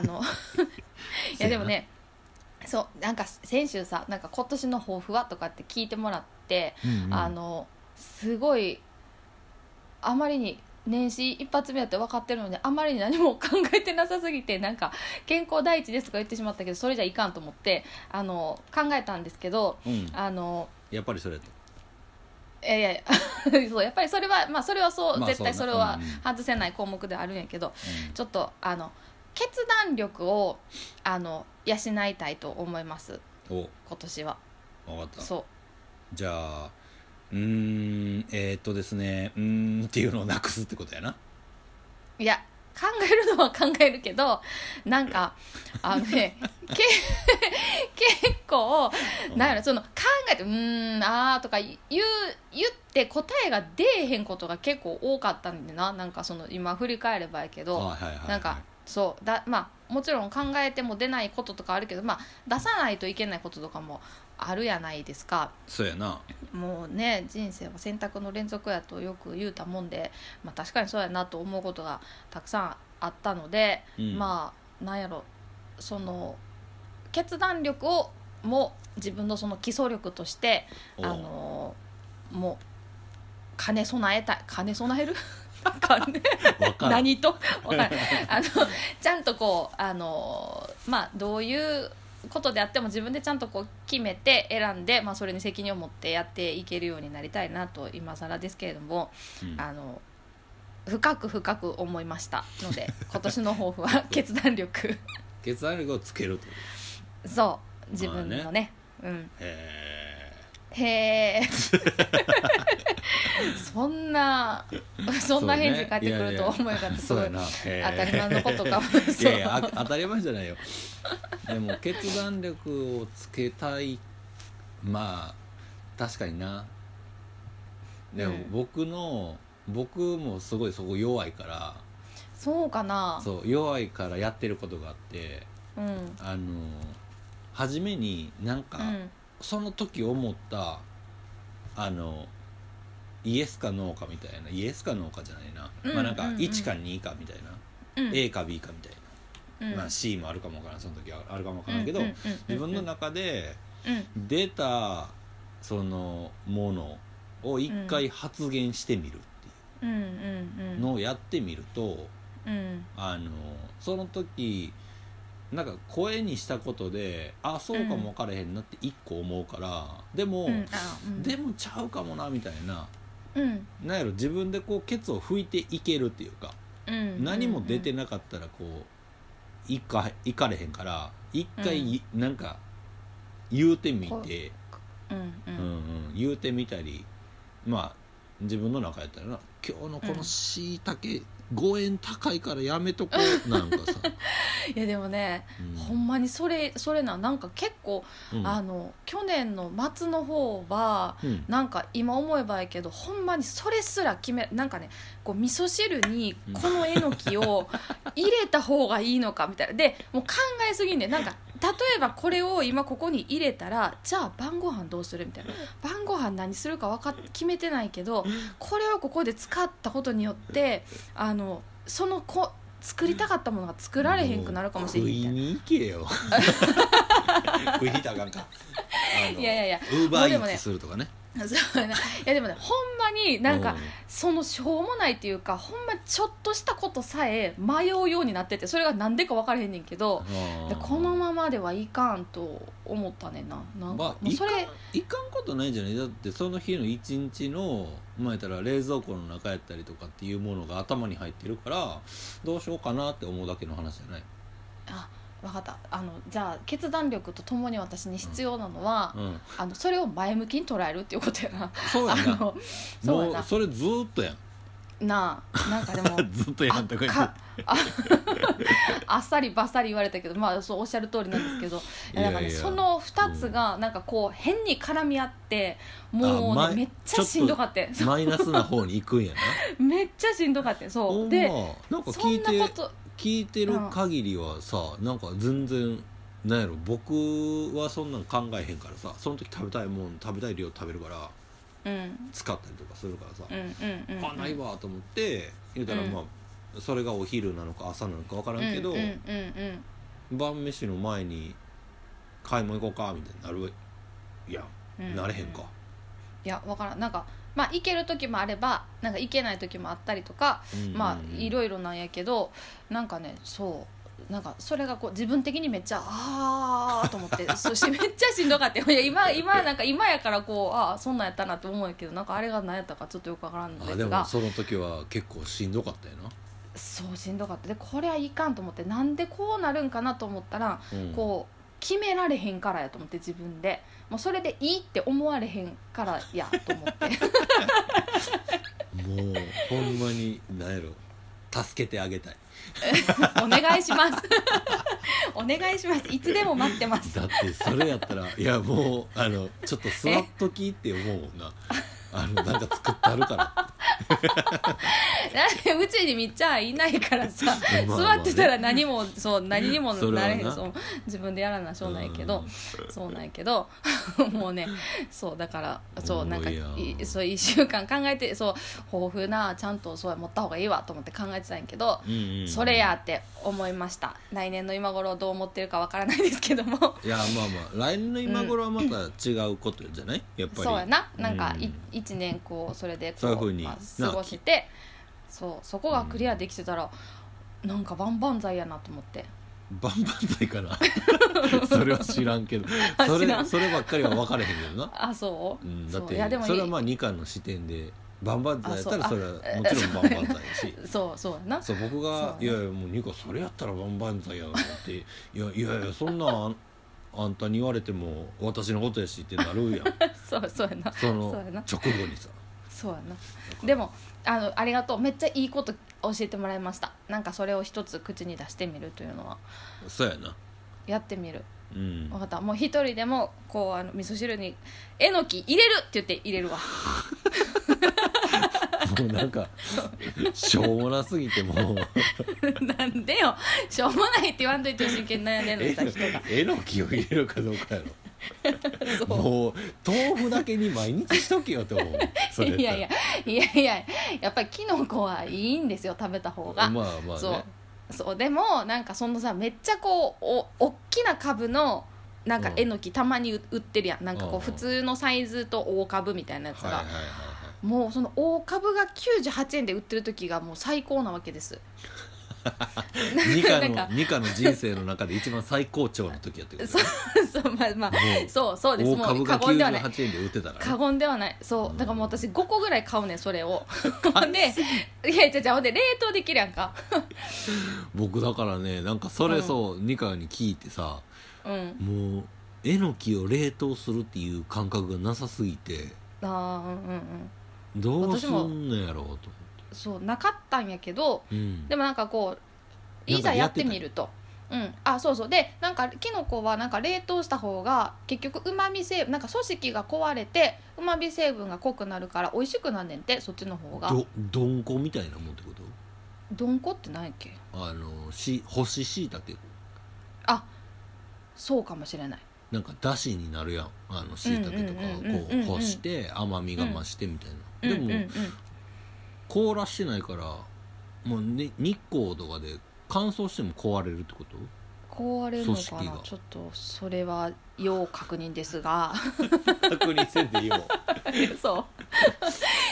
Speaker 2: のいやでもねそうなんか先週さなんか今年の抱負はとかって聞いてもらって、
Speaker 1: うんうん
Speaker 2: あのすごいあまりに年始一発目やって分かってるのにあまりに何も考えてなさすぎてなんか健康第一ですとか言ってしまったけどそれじゃいかんと思ってあの考えたんですけど
Speaker 1: うん
Speaker 2: あの
Speaker 1: やっぱりそれやった
Speaker 2: いやいや いやそうやっぱりそれはまあそれはそう、
Speaker 1: まあ
Speaker 2: 絶対
Speaker 1: そ
Speaker 2: そう
Speaker 1: ね
Speaker 2: れは
Speaker 1: う
Speaker 2: 外せない項目ではあるんやけど
Speaker 1: うん
Speaker 2: ちょっとあの決断力をあの養いたいと思います
Speaker 1: お
Speaker 2: 今年は
Speaker 1: 分かった
Speaker 2: そ
Speaker 1: じゃあうーんえー、っとですねうーんっていうのをなくすってことやな
Speaker 2: ういや考えるのは考えるけどなんかあのねけ 結構なんやろその考えて「うーんあー」とか言う言って答えが出えへんことが結構多かったんでななんかその今振り返ればやけど。
Speaker 1: はいはいはいはい
Speaker 2: なんかそうだまあもちろん考えても出ないこととかあるけど、まあ、出さないといけないこととかもあるやないですか
Speaker 1: そうやな
Speaker 2: もうね人生は選択の連続やとよく言うたもんで、まあ、確かにそうやなと思うことがたくさんあったので、
Speaker 1: うん
Speaker 2: まあなんやろその決断力をも自分のその基礎力としてあ
Speaker 1: お
Speaker 2: のもう兼ね備えたい兼ね備える 兼ね
Speaker 1: わ からん
Speaker 2: 何とわからんあのちゃんとこうあのまあどういうことであっても自分でちゃんとこう決めて選んで、まあ、それに責任を持ってやっていけるようになりたいなと今更ですけれども、
Speaker 1: うん
Speaker 2: あの深く深く思いましたの で今年の抱負は決断力
Speaker 1: 決断力をつけるという
Speaker 2: そう自分のね,、
Speaker 1: へ
Speaker 2: うん、へえ そんなそんな返事返ってくるとは思えなかっ
Speaker 1: え
Speaker 2: たす
Speaker 1: そう
Speaker 2: ごい
Speaker 1: やなへ
Speaker 2: 当
Speaker 1: ー
Speaker 2: たり前のことかも
Speaker 1: いやいやあ当たり前じゃないよでも決断力をつけたいまあ確かになでも
Speaker 2: うん
Speaker 1: 僕の、僕もすごいそこ弱いから
Speaker 2: そうかな
Speaker 1: そう弱いからやってることがあって
Speaker 2: うん
Speaker 1: あの初めになんか、
Speaker 2: うん
Speaker 1: その時思ったあのイエスかノーかみたいなイエスかノーかじゃないな、
Speaker 2: うん
Speaker 1: まあなんか
Speaker 2: うんうん
Speaker 1: 1か2かみたいな、
Speaker 2: うん、
Speaker 1: A か B かみたいな
Speaker 2: うん
Speaker 1: まあ、C もあるかもわからんその時はあるかもわからんけど、
Speaker 2: うんうんうんうん
Speaker 1: 自分の中で
Speaker 2: うん
Speaker 1: 出たそのものを一回発言してみるっ
Speaker 2: うんうん
Speaker 1: て
Speaker 2: う
Speaker 1: い
Speaker 2: ん
Speaker 1: うのをやってみると、
Speaker 2: うん
Speaker 1: あのその時なんか声にしたことであそうかも分からへんなって一個思うから、でも、
Speaker 2: うんあうん
Speaker 1: でもちゃうかもなみたいな
Speaker 2: うん
Speaker 1: なんやろ自分でこうケツを拭いていけるっていうか、
Speaker 2: うん
Speaker 1: 何も出てなかったらこういかいかれへんから一回い、なんか言うてみ
Speaker 2: こ
Speaker 1: て、
Speaker 2: うんう
Speaker 1: うんうんん、言うてみたりまあ自分の中やったらな今日のこ
Speaker 2: う
Speaker 1: の
Speaker 2: ん
Speaker 1: しいたけ5円高いからやめとこ うなんかさ、
Speaker 2: いやでもね
Speaker 1: うん
Speaker 2: ほんまにそれそれななんか結構
Speaker 1: うん
Speaker 2: あの去年の末の方は
Speaker 1: うん
Speaker 2: なんか今思えばやけどほんまにそれすら決めなんかねこう味噌汁に
Speaker 1: うん
Speaker 2: このえの きを入れた方がいいのかみたいなでもう考えすぎんねんなんか例えばこれを今ここに入れたらじゃあ晩ご飯どうするみたいな晩ご飯何するか分かっ決めてないけどこれをここで使ったことによってあのそのこ作りたかったものが作られへんくなるかもしれへんみたいな
Speaker 1: もう食いに 行けよ食いに行ったらあかんか
Speaker 2: いやいやいや
Speaker 1: ウーバ
Speaker 2: も
Speaker 1: ー
Speaker 2: う
Speaker 1: イ
Speaker 2: でも
Speaker 1: ー
Speaker 2: ね
Speaker 1: ツするとかね
Speaker 2: そうやないやでもねほんまになんかそのしょうもないっていうかほんまちょっとしたことさえ迷うようになっててそれが何でか分からへんねんけ
Speaker 1: う
Speaker 2: ど
Speaker 1: ん
Speaker 2: でこのままではいかんと思ったねんななん
Speaker 1: ま
Speaker 2: か
Speaker 1: あ、
Speaker 2: もう
Speaker 1: い
Speaker 2: そ
Speaker 1: かん
Speaker 2: れ
Speaker 1: いかんことないじゃないだってその日の一日のまあ言ったら冷蔵庫の中やったりとかっていうものが頭に入ってるからどうしようかなって思うだけの話じゃない
Speaker 2: あ分かったあのじゃあ決断力とともに私に必要なのは、
Speaker 1: うん
Speaker 2: あのそれを前向きに捉えるっていうことやな
Speaker 1: そうや
Speaker 2: あ
Speaker 1: な
Speaker 2: のそう
Speaker 1: も
Speaker 2: や
Speaker 1: う
Speaker 2: な
Speaker 1: それずーっとやん
Speaker 2: なあなんかでも
Speaker 1: ずっとやんとか言って
Speaker 2: あああっさりばっさり言われたけどまあそうおっしゃる通りなんですけどいやだからね
Speaker 1: いやいや
Speaker 2: その2つがなんかこう変に絡み合っても
Speaker 1: あ
Speaker 2: う
Speaker 1: 前
Speaker 2: ねめっちゃしんどかって
Speaker 1: マイナスな方に行くんやな
Speaker 2: めっちゃしんどかって
Speaker 1: ほ
Speaker 2: そうんで
Speaker 1: まなんか
Speaker 2: そ
Speaker 1: 聞
Speaker 2: ん
Speaker 1: い
Speaker 2: な
Speaker 1: て
Speaker 2: こと
Speaker 1: 聞いてる限りはさなんか全然なんやろ僕はそんなん考えへんからさその時食べたいもん食べたい量食べるから
Speaker 2: うん
Speaker 1: 使ったりとかするからさ、
Speaker 2: うんうんうんうん
Speaker 1: あないわと思って言うたら
Speaker 2: うん
Speaker 1: まあ、それがお昼なのか朝なのか分からんけど、
Speaker 2: うんうんうん
Speaker 1: 晩飯の前に買い物行こうかみたいになるいや、
Speaker 2: うんうん
Speaker 1: なれへんか
Speaker 2: いやわからんなんかまあ行ける時もあればなんか行けない時もあったりとかまあい
Speaker 1: い
Speaker 2: ろいろなんやけどなんかねそうなんかそれがこう自分的にめっちゃああと思って そしてめっちゃしんどかったよいや今今なんか今やからこうああそんなんやったなと思うんやけどなんかあれが何やったかちょっとよくわからんの
Speaker 1: あ
Speaker 2: で
Speaker 1: ですも
Speaker 2: が
Speaker 1: その時は結構しんどかったよな、
Speaker 2: そうしんどかったでこれはいかんと思ってなんでこうなるんかなと思ったら
Speaker 1: うん
Speaker 2: こう決められへんからやと思って自分でもうそれでいいって思われへんからやと思って
Speaker 1: もうほんまになんやろ助けてあげたい
Speaker 2: お願いします お願いしますいつでも待ってます
Speaker 1: だってそれやったらいやもうあのちょっと座っときって思うもんなあのなんか作ってあるから
Speaker 2: だ ってうちにみっちゃんいないからさ
Speaker 1: まあまあ
Speaker 2: 座
Speaker 1: ね
Speaker 2: ってたら何もそう何にも
Speaker 1: それはな
Speaker 2: なれへんそう自分でやらなしょうないけどそうなんやけど もうねそうだからそうなんか
Speaker 1: いやー
Speaker 2: いそう1週間考えてそう豊富なちゃんとそう持った方がいいわと思って考えてたんやけど、
Speaker 1: うんうんうん
Speaker 2: それやって思いました来年の今頃どう思ってるかわからないですけども。
Speaker 1: いやまあまあ来年の今頃はまた違うことじゃない、やっぱり
Speaker 2: そうやななんかい
Speaker 1: うん
Speaker 2: 一、年こうそれでこ
Speaker 1: そういうふうに
Speaker 2: まあ
Speaker 1: な
Speaker 2: 過ごしてそうそこがクリアできてたら、なんか万々歳やなと思って
Speaker 1: バンバンないかなそれは知らん けど
Speaker 2: あ
Speaker 1: そ
Speaker 2: 知ら
Speaker 1: れ
Speaker 2: ん
Speaker 1: そればっかりは分かれへんけどな、
Speaker 2: あそう、
Speaker 1: うん、だ
Speaker 2: そ
Speaker 1: っ
Speaker 2: う
Speaker 1: て
Speaker 2: いやでもいい
Speaker 1: それはまあ二課の視点で万々歳やったらそ
Speaker 2: あそう
Speaker 1: れはもちろん万々歳や し
Speaker 2: そうそうやな
Speaker 1: そう僕が「
Speaker 2: そう
Speaker 1: い
Speaker 2: や
Speaker 1: や
Speaker 2: ない
Speaker 1: やもうニコそれやったら万々歳やな」って「いやいやいやそんなんあんあんたに言われても私のことやし」ってなる やん
Speaker 2: そうそうやな
Speaker 1: その
Speaker 2: そうやな
Speaker 1: 直後にさ
Speaker 2: そうやな
Speaker 1: だから
Speaker 2: でもあのありがとうめっちゃいいこと教えてもらいましたなんかそれを一つ口に出してみるというのは
Speaker 1: そうやな
Speaker 2: やってみる
Speaker 1: うん
Speaker 2: 分かったもう一人でもこうあの味噌汁に「えのき入れる!」って言って入れるわ
Speaker 1: もうなんかしょうもなすぎてもう
Speaker 2: なんでよしょうもないって言わんといて真剣に悩んでんのに
Speaker 1: え
Speaker 2: さ人が
Speaker 1: えのきを入れるかどうかやろ
Speaker 2: そ
Speaker 1: もう豆腐だけに毎日しとけよって 思うそうれったら
Speaker 2: いやいやいやいややっぱりキノコはいいんですよ食べた方
Speaker 1: ま
Speaker 2: が、
Speaker 1: あまあ
Speaker 2: そ
Speaker 1: ね
Speaker 2: うそうでもなんかそのさめっちゃこうお大きな株のなんか
Speaker 1: うん
Speaker 2: えのきたまに売売ってるやんなんか
Speaker 1: うんう
Speaker 2: こ
Speaker 1: ん
Speaker 2: う普通のサイズと大株みたいなやつが、
Speaker 1: はいはいはいはい
Speaker 2: もうその大株が98円で売ってる時がもう最高なわけです
Speaker 1: ニカの
Speaker 2: なんか
Speaker 1: ニカの人生の中で一番最高潮の時やってこと
Speaker 2: そうそうまあまあ
Speaker 1: もう
Speaker 2: そうそうです
Speaker 1: 大
Speaker 2: も
Speaker 1: 株
Speaker 2: う
Speaker 1: が
Speaker 2: 過言ではない
Speaker 1: 98円で売ってたから
Speaker 2: 過
Speaker 1: ね
Speaker 2: 言ではないそうだからもう私5個ぐらい買うねんそれ をほんでいやいやじゃほんで冷凍できるやんか
Speaker 1: 僕だからねなんかそれそうニカに聞いてさ
Speaker 2: うん
Speaker 1: もうえのきを冷凍するっていう感覚がなさすぎて
Speaker 2: ああうんうんうん
Speaker 1: どうすんのやろうと思って
Speaker 2: そうなかったんやけど
Speaker 1: うん
Speaker 2: でもなんかこう
Speaker 1: なん
Speaker 2: い
Speaker 1: か
Speaker 2: ざ
Speaker 1: や
Speaker 2: や
Speaker 1: っ
Speaker 2: ってて
Speaker 1: た
Speaker 2: みるとうんあそうそうでなんかきのこはなんか冷凍した方が結局うまみ成分なんか組織が壊れてうまみ成分が濃くなるから美味しくなんねんてそっちの方が
Speaker 1: どどんこみたいなもんってこ
Speaker 2: どんこってないっけ
Speaker 1: とあのし干し椎茸
Speaker 2: あそうかもしれない
Speaker 1: なんかだしになるやんあの椎茸とかを
Speaker 2: うんうんうんうんうんうん
Speaker 1: こう干して甘みが増してみたいな、
Speaker 2: うん
Speaker 1: で
Speaker 2: うん
Speaker 1: も凍らしてないからもう、ね、日光とかで乾燥しても壊れるってこと
Speaker 2: うん、壊れるのか
Speaker 1: 組織
Speaker 2: な
Speaker 1: が
Speaker 2: ちょっとそれは要確認ですが
Speaker 1: 確認せんでいいもん
Speaker 2: そ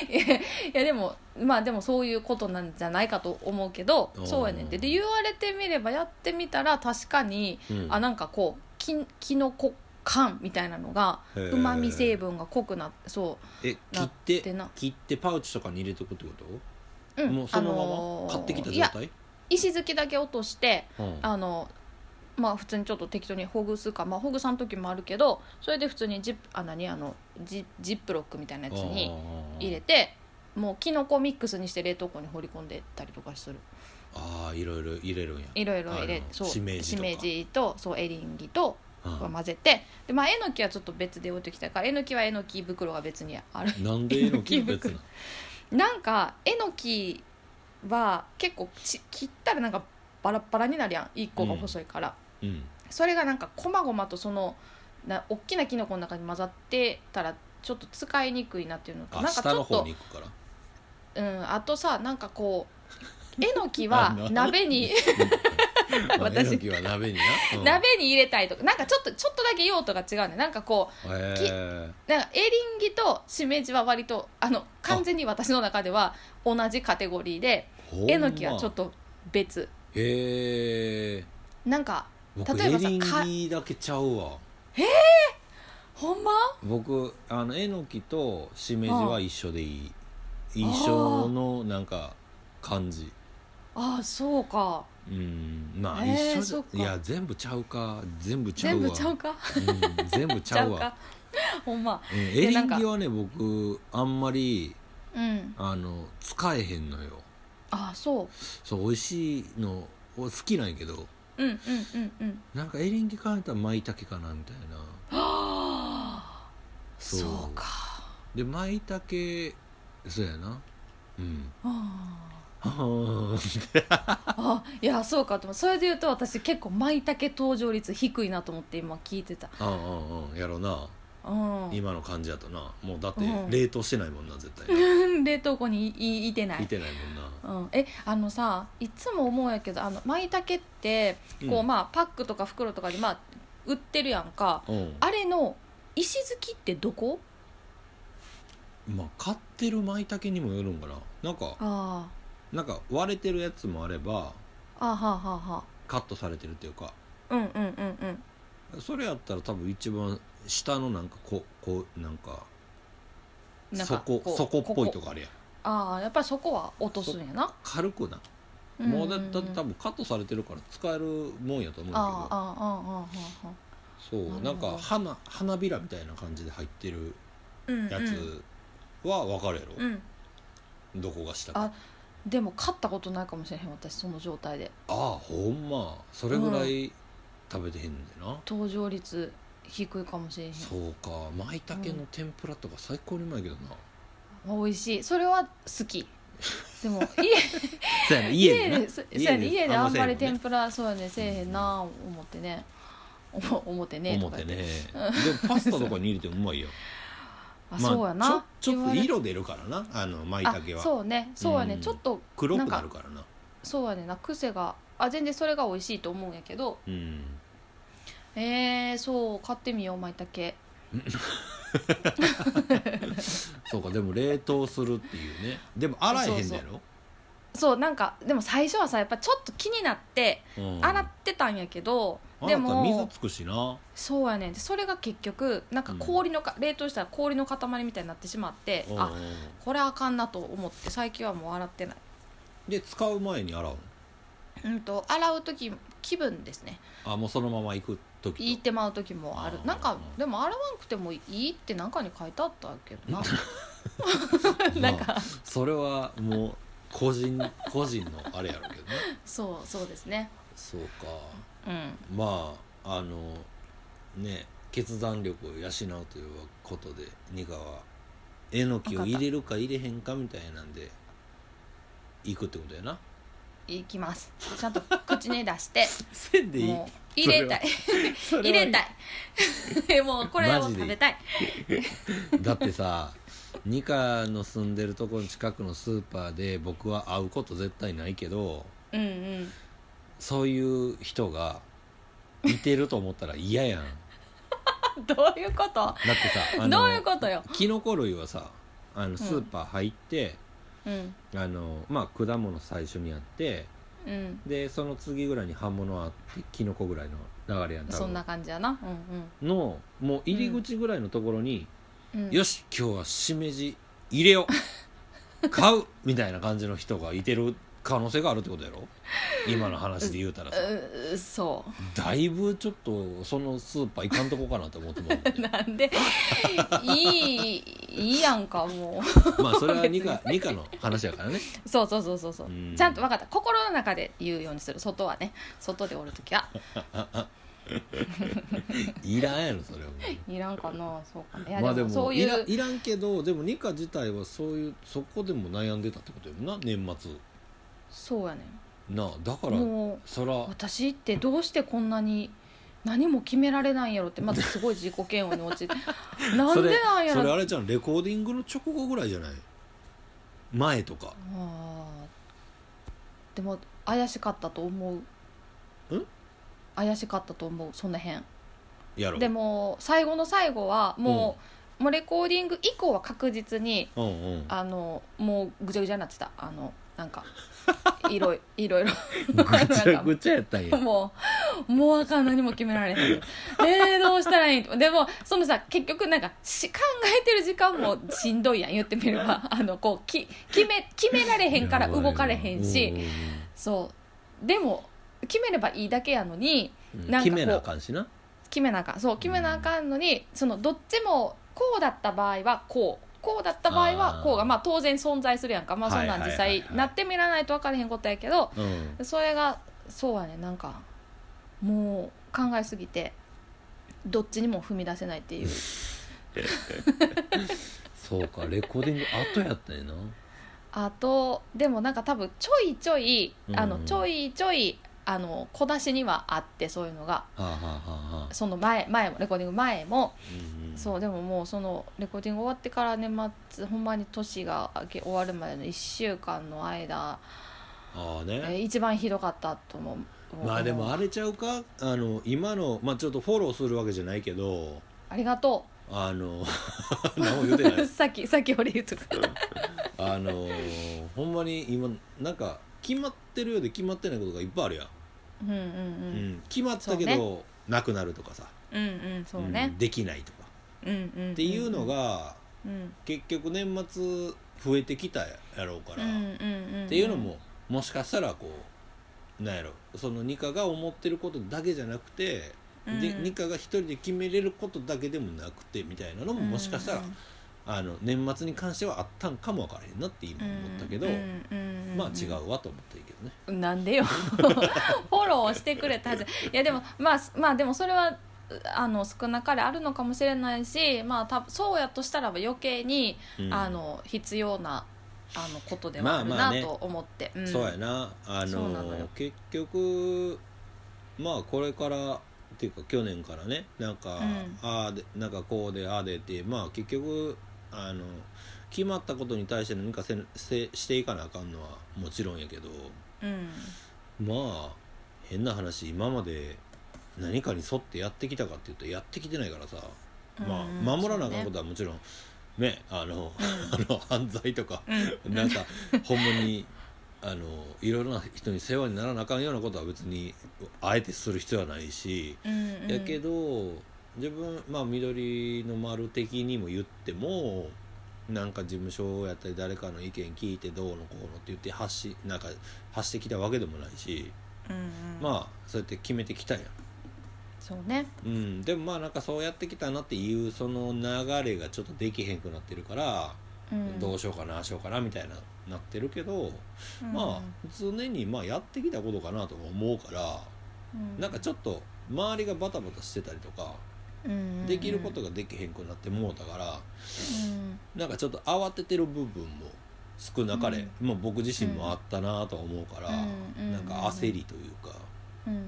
Speaker 2: うい やいやでもまあでもそういうことなんじゃないかと思うけど
Speaker 1: うん
Speaker 2: そうやねんってで言われてみればやってみたら確かに、
Speaker 1: うん
Speaker 2: あなんかこうききのこ感みたいなのが
Speaker 1: へー
Speaker 2: うまみ成分が濃くなってそ
Speaker 1: え切
Speaker 2: な
Speaker 1: っ
Speaker 2: っててな
Speaker 1: 切ってパウチとかに入れておくってこと、
Speaker 2: う、うん、
Speaker 1: もうそのまま、
Speaker 2: あのー
Speaker 1: 買ってきた
Speaker 2: い
Speaker 1: 状
Speaker 2: や
Speaker 1: 態
Speaker 2: 石突きだけ落として
Speaker 1: うん
Speaker 2: あのまあ普通にちょっと適当にほぐすかまあほぐさん時もあるけどそれで普通にジップあ何あのジジップロックみたいなやつに入れてもうきのこミックスにして冷凍庫に放り込んでたりとかする
Speaker 1: あーあーいろいろ入れるんや、
Speaker 2: いろいろ入
Speaker 1: あ
Speaker 2: れ
Speaker 1: の
Speaker 2: そう
Speaker 1: しめじとか
Speaker 2: とそうエリンギと
Speaker 1: うん
Speaker 2: 混ぜてでまあえのきはちょっと別で置いてきたからえのきはえのき袋が別にある
Speaker 1: なんでえのきの別なの
Speaker 2: なんかえのきは結構ち切ったらなんかバラッバラになるやん1個が細いから、
Speaker 1: うん
Speaker 2: それがなんかこまごまとそのな大きなキノコの中に混ざってたらちょっと使いにくいなっていうのと
Speaker 1: あ
Speaker 2: なんかち
Speaker 1: 下
Speaker 2: ょ
Speaker 1: の
Speaker 2: っ
Speaker 1: 方
Speaker 2: と
Speaker 1: に行くから
Speaker 2: うんあとさなんかこ うえのきは
Speaker 1: あな
Speaker 2: 鍋に
Speaker 1: まあえ
Speaker 2: 私
Speaker 1: のきは鍋にな、うん
Speaker 2: 鍋に入れたりとかなんかちょっとちょっとだけ用途が違うねなんかこう
Speaker 1: へー
Speaker 2: なんかエリンギとしめじは割とあの完全に私の中では同じカテゴリーで
Speaker 1: ほんま
Speaker 2: えのきはちょっと別
Speaker 1: へえ
Speaker 2: なんか
Speaker 1: 僕
Speaker 2: 例えばさ
Speaker 1: エリン
Speaker 2: か
Speaker 1: ギだけちゃうわ
Speaker 2: ほんま
Speaker 1: 僕あのえのきとしめじは一緒でいい一緒のなんか感じ
Speaker 2: ああそうか
Speaker 1: うんまあ
Speaker 2: へー
Speaker 1: 一
Speaker 2: そ
Speaker 1: 緒
Speaker 2: っ
Speaker 1: じ
Speaker 2: か
Speaker 1: ゃいや全部ちゃうか全部ちゃう
Speaker 2: 全
Speaker 1: わ
Speaker 2: 部ちゃうか
Speaker 1: うん全部ちゃう
Speaker 2: ちゃう
Speaker 1: わ
Speaker 2: かほんま
Speaker 1: うんエ
Speaker 2: いや
Speaker 1: リ
Speaker 2: なん
Speaker 1: ン
Speaker 2: か
Speaker 1: ギはね僕あんまり
Speaker 2: うん
Speaker 1: あの使えへんのよ
Speaker 2: ああそう
Speaker 1: そう美味しいの好きなんやけど
Speaker 2: うんうんうんうん
Speaker 1: なんかエリンギ買えたら舞茸かなみたいな
Speaker 2: はあ
Speaker 1: そう
Speaker 2: そうか
Speaker 1: で舞茸そうやなうん
Speaker 2: あ
Speaker 1: あー
Speaker 2: ーあいやそうかと思うそれで言うと私結構舞茸登場率低いなと思って今聞いてた
Speaker 1: あーあーやろな
Speaker 2: うん
Speaker 1: 今の感じやとなもうだって
Speaker 2: うん
Speaker 1: 冷凍してないもんな絶対
Speaker 2: 冷凍庫にいいいてない
Speaker 1: いてないもんな
Speaker 2: うん、えあのさいつも思うんやけどあの舞茸って
Speaker 1: うん
Speaker 2: こう、まあパックとか袋とかでまあ売ってるやんか
Speaker 1: うん
Speaker 2: あれの石突きってどこ
Speaker 1: まあ買ってる舞茸にもよるんかななんか
Speaker 2: あ
Speaker 1: なんか割れてるやつもあれば
Speaker 2: ーあはあはあは
Speaker 1: カットされてるっていうか
Speaker 2: あうんうんうんうん
Speaker 1: それやったら多分一番下のなんかこうこうなんか
Speaker 2: なん
Speaker 1: そ
Speaker 2: か
Speaker 1: こそこっぽいと
Speaker 2: こ
Speaker 1: こあるやん
Speaker 2: ああやっぱりそこは落とすんやな
Speaker 1: 軽くなもうだだって多
Speaker 2: 分
Speaker 1: 分カットされてるから使えるもんやと思うん
Speaker 2: あ
Speaker 1: だ
Speaker 2: あああああああ
Speaker 1: けどそうな
Speaker 2: なる
Speaker 1: ん
Speaker 2: ほど
Speaker 1: か花花びらみたいな感じで入ってる
Speaker 2: うん
Speaker 1: やつは分かるやろ
Speaker 2: う、ん、
Speaker 1: どこが下か
Speaker 2: あでも買ったことないかもしれへん私その状態で
Speaker 1: ああほんまそれぐらい食べてへんねんな、
Speaker 2: 登場率低いかもしれへん
Speaker 1: そうか舞茸の天ぷらとか最高にうまいけどな、
Speaker 2: 美味しいそれは好き でも
Speaker 1: そうやね
Speaker 2: 家
Speaker 1: 家
Speaker 2: 家
Speaker 1: でな
Speaker 2: でそそうやね家であんまり
Speaker 1: せえも
Speaker 2: 天
Speaker 1: ね
Speaker 2: ぷらそうやねせえへんな思ってね思思ってねと
Speaker 1: 思っ
Speaker 2: か
Speaker 1: て
Speaker 2: 言
Speaker 1: ねでもパスタとかに入れてもうまいよ
Speaker 2: あそうやな、
Speaker 1: まあ、ちょちょっと
Speaker 2: 言われ
Speaker 1: 色出るからなあの舞
Speaker 2: あ
Speaker 1: 茸は
Speaker 2: そうねそうやね、
Speaker 1: うん
Speaker 2: ちょっと
Speaker 1: 黒く
Speaker 2: ん
Speaker 1: な
Speaker 2: か
Speaker 1: るからな
Speaker 2: そうやねんな癖があ全然それが美味しいと思うんやけど
Speaker 1: うん
Speaker 2: えー、そう買ってみようまいたけ
Speaker 1: そうかでも冷凍するっていうねでも洗えへんのやろ
Speaker 2: そうなんかでも最初はさやっぱちょっと気になって
Speaker 1: うん
Speaker 2: 洗ってたんやけど、
Speaker 1: 洗
Speaker 2: で
Speaker 1: ったら水
Speaker 2: も
Speaker 1: つくしな
Speaker 2: そうやねんでそれが結局なんか氷のか、冷凍したら氷の塊みたいになってしまって、
Speaker 1: うん
Speaker 2: あこれあかんなと思って最近はもう洗ってない
Speaker 1: で使う前に洗うの
Speaker 2: うんと洗う時気分ですね
Speaker 1: あもうそのまま行く
Speaker 2: 言
Speaker 1: 時
Speaker 2: っ
Speaker 1: と
Speaker 2: てまう時もある
Speaker 1: あー
Speaker 2: なんかでも洗わんくてもいいってなんかに書いてあったけどななんか
Speaker 1: まあそれはもう個人個人のあれやろうけどね
Speaker 2: そうそうですね
Speaker 1: そうか
Speaker 2: うん
Speaker 1: まああのね決断力を養うということでニカはえのきを入れるか入れへんかみたいなんで行くってことやな
Speaker 2: 行きますちゃんと口に出して
Speaker 1: せんで いい
Speaker 2: もう入れたい入れたい もうこれを食べたい
Speaker 1: だってさニカの住んでるところの近くのスーパーで僕は会うこと絶対ないけど
Speaker 2: うんうん
Speaker 1: そういう人がいてると思ったら嫌やんだ
Speaker 2: どういうこと
Speaker 1: ってさあの
Speaker 2: どういうことよ、
Speaker 1: キノコ類はさあのスーパー入って、
Speaker 2: うん
Speaker 1: あのまあ、果物最初にあって
Speaker 2: うん、
Speaker 1: でその次ぐらいに葉物あってキノコぐらいの流れやん多分
Speaker 2: そんな感じやなうん
Speaker 1: のもう入り口ぐらいのところに、
Speaker 2: うん、うん、
Speaker 1: よし今日はしめじ入れよう買うみたいな感じの人がいてる可能性があるってことやろ今の話で言うたらさ、
Speaker 2: う そ
Speaker 1: だいぶちょっとそのスーパー行かんとこかなと思ってもら
Speaker 2: うなんでいいいいやんかも
Speaker 1: まあそれはニ カニカの話やからね
Speaker 2: う そうそうそうそうそう
Speaker 1: うん
Speaker 2: ちゃんと分かった心の中で言うようにする外はね外でおる時はい
Speaker 1: らんやろそれはも
Speaker 2: いらんかなそうかねいうや
Speaker 1: まあで
Speaker 2: でも
Speaker 1: も
Speaker 2: そう
Speaker 1: い
Speaker 2: い
Speaker 1: ら
Speaker 2: う
Speaker 1: いらんけどでもニカ自体はそういうそこでも悩んでたってことやもんな年末
Speaker 2: そうやね
Speaker 1: なあだから
Speaker 2: もう
Speaker 1: そら
Speaker 2: 私ってどうしてこんなに何も決められないんやろってまずすごい自己嫌悪に陥って な
Speaker 1: そ
Speaker 2: んで
Speaker 1: れ
Speaker 2: なんや
Speaker 1: それあ
Speaker 2: ろ
Speaker 1: れじゃんレコーディングの直後ぐらいじゃない前とか
Speaker 2: あーでも怪しかったと思うん怪しかったと思うその辺
Speaker 1: やろ
Speaker 2: でも最後の最後はもう,、もうレコーディング以降は確実に
Speaker 1: うんうん
Speaker 2: あのもうぐちゃぐちゃになってたあのなんかいろいいろいろ
Speaker 1: ぐちゃぐちゃやったんや
Speaker 2: もうもうあかん何も決められへんえー、どうしたらいいんでもそのさ結局なんかし考えてる時間もしんどいやん言ってみれ ばあのこうき決め決められへんから動かれへんし
Speaker 1: う
Speaker 2: そうでも決めればいいだけやのに
Speaker 1: うんうん
Speaker 2: なんかこう
Speaker 1: 決めなあかんしな
Speaker 2: 決めなあかんそう決めなあかんのに、そのどっちもこうだった場合はこうこうだった場合
Speaker 1: あ
Speaker 2: は
Speaker 1: ー
Speaker 2: こうがまあ当然存在するやんかまあそんなん
Speaker 1: はい
Speaker 2: 実
Speaker 1: はい
Speaker 2: 際
Speaker 1: はいはい
Speaker 2: なってみらないと分からへんことやけど
Speaker 1: うん
Speaker 2: それがそうやねなんかもう考えすぎてどっちにも踏み出せないっていう
Speaker 1: そうかレコーディング後やったんやな
Speaker 2: あとでもなんか多分ちょいちょいあの
Speaker 1: うん
Speaker 2: ちょいちょいあの小出しにはあってそういうのが
Speaker 1: はあはあはあはあ
Speaker 2: その前前もレコーディング前も
Speaker 1: うんうん
Speaker 2: そうでももうそのレコーディング終わってから年末ほんまに年が明け終わるまでの1週間の間、
Speaker 1: ああ
Speaker 2: え
Speaker 1: ね
Speaker 2: ー一番ひどかったと思う
Speaker 1: まあでも
Speaker 2: あ
Speaker 1: あれちゃうかあの今のまあちょっとフォローするわけじゃないけど
Speaker 2: りがと
Speaker 1: あの 何も言うてない
Speaker 2: う さっきさっき俺言うとく
Speaker 1: あのほんまに今なんか決まってるようで決まってないことがいっぱいあるやん
Speaker 2: うんうんう、
Speaker 1: うんん、決まったけど、なくなるとかさ、
Speaker 2: うんうんそう
Speaker 1: う
Speaker 2: ね
Speaker 1: ん、できないとか
Speaker 2: うんうんん
Speaker 1: っていうのが
Speaker 2: うん
Speaker 1: 結局年末増えてきたやろうか
Speaker 2: う
Speaker 1: ら、っ
Speaker 2: んうんうん
Speaker 1: ていうのももしかしたらこうなんやろそのニカが思ってることだけじゃなくて、
Speaker 2: うん
Speaker 1: でニカが一人で決めれることだけでもなくてみたいなのももしかしたら、
Speaker 2: うん
Speaker 1: あの年末に関してはあったんかもわからへんなって今思ったけど、
Speaker 2: うんうんうん
Speaker 1: まあ違うわと思ったけどね。
Speaker 2: なん でよフォローしてくれたじゃんいやでもまあすまあでもそれはあの少なかれあるのかもしれないしまあたそうやとしたらば余計に、
Speaker 1: うん
Speaker 2: あの必要なあのことで
Speaker 1: ま
Speaker 2: は
Speaker 1: あ
Speaker 2: ある
Speaker 1: まあね
Speaker 2: なと思って、ん
Speaker 1: そうやなあ
Speaker 2: そ
Speaker 1: の
Speaker 2: うなのよ
Speaker 1: 結局まあこれからっていうか去年からねなんか、
Speaker 2: うん
Speaker 1: ああでなんかこうでああでってまあ結局あの決まったことに対して何かせせしていかなあかんのはもちろんやけど
Speaker 2: うん
Speaker 1: まあ変な話今まで何かに沿ってやってきたかっていうとやってきてないからさ、ま
Speaker 2: うん
Speaker 1: あ守らなあかんこ
Speaker 2: そうね
Speaker 1: とはもちろんねあのあの犯罪とか
Speaker 2: うん
Speaker 1: なんかほんまにあのいろいろな人に世話にならなあかんようなことは別にあえてする必要はないし、
Speaker 2: うんうん
Speaker 1: やけど自分まあ緑の丸的にも言ってもなんか事務所やったり誰かの意見聞いてどうのこうのって言って発しなんか発してきたわけでもないし、
Speaker 2: うんうん
Speaker 1: まあそうやって決めてきたやん。
Speaker 2: そうね
Speaker 1: うん、でもまあなんかそうやってきたなっていうその流れがちょっとできへんくなってるから、
Speaker 2: うん
Speaker 1: どうしようかなああしようかなみたいななってるけど、まあ常にまあやってきたことかなとも思うから、
Speaker 2: うん
Speaker 1: なんかちょっと周りがバタバタしてたりとか、
Speaker 2: うん
Speaker 1: できることができへんくなってもうたから
Speaker 2: うん
Speaker 1: なんかちょっと慌ててる部分も少なかれ、まあ僕自身もあったなとは思うから、
Speaker 2: うんうん
Speaker 1: なんか焦りというか。
Speaker 2: うんうん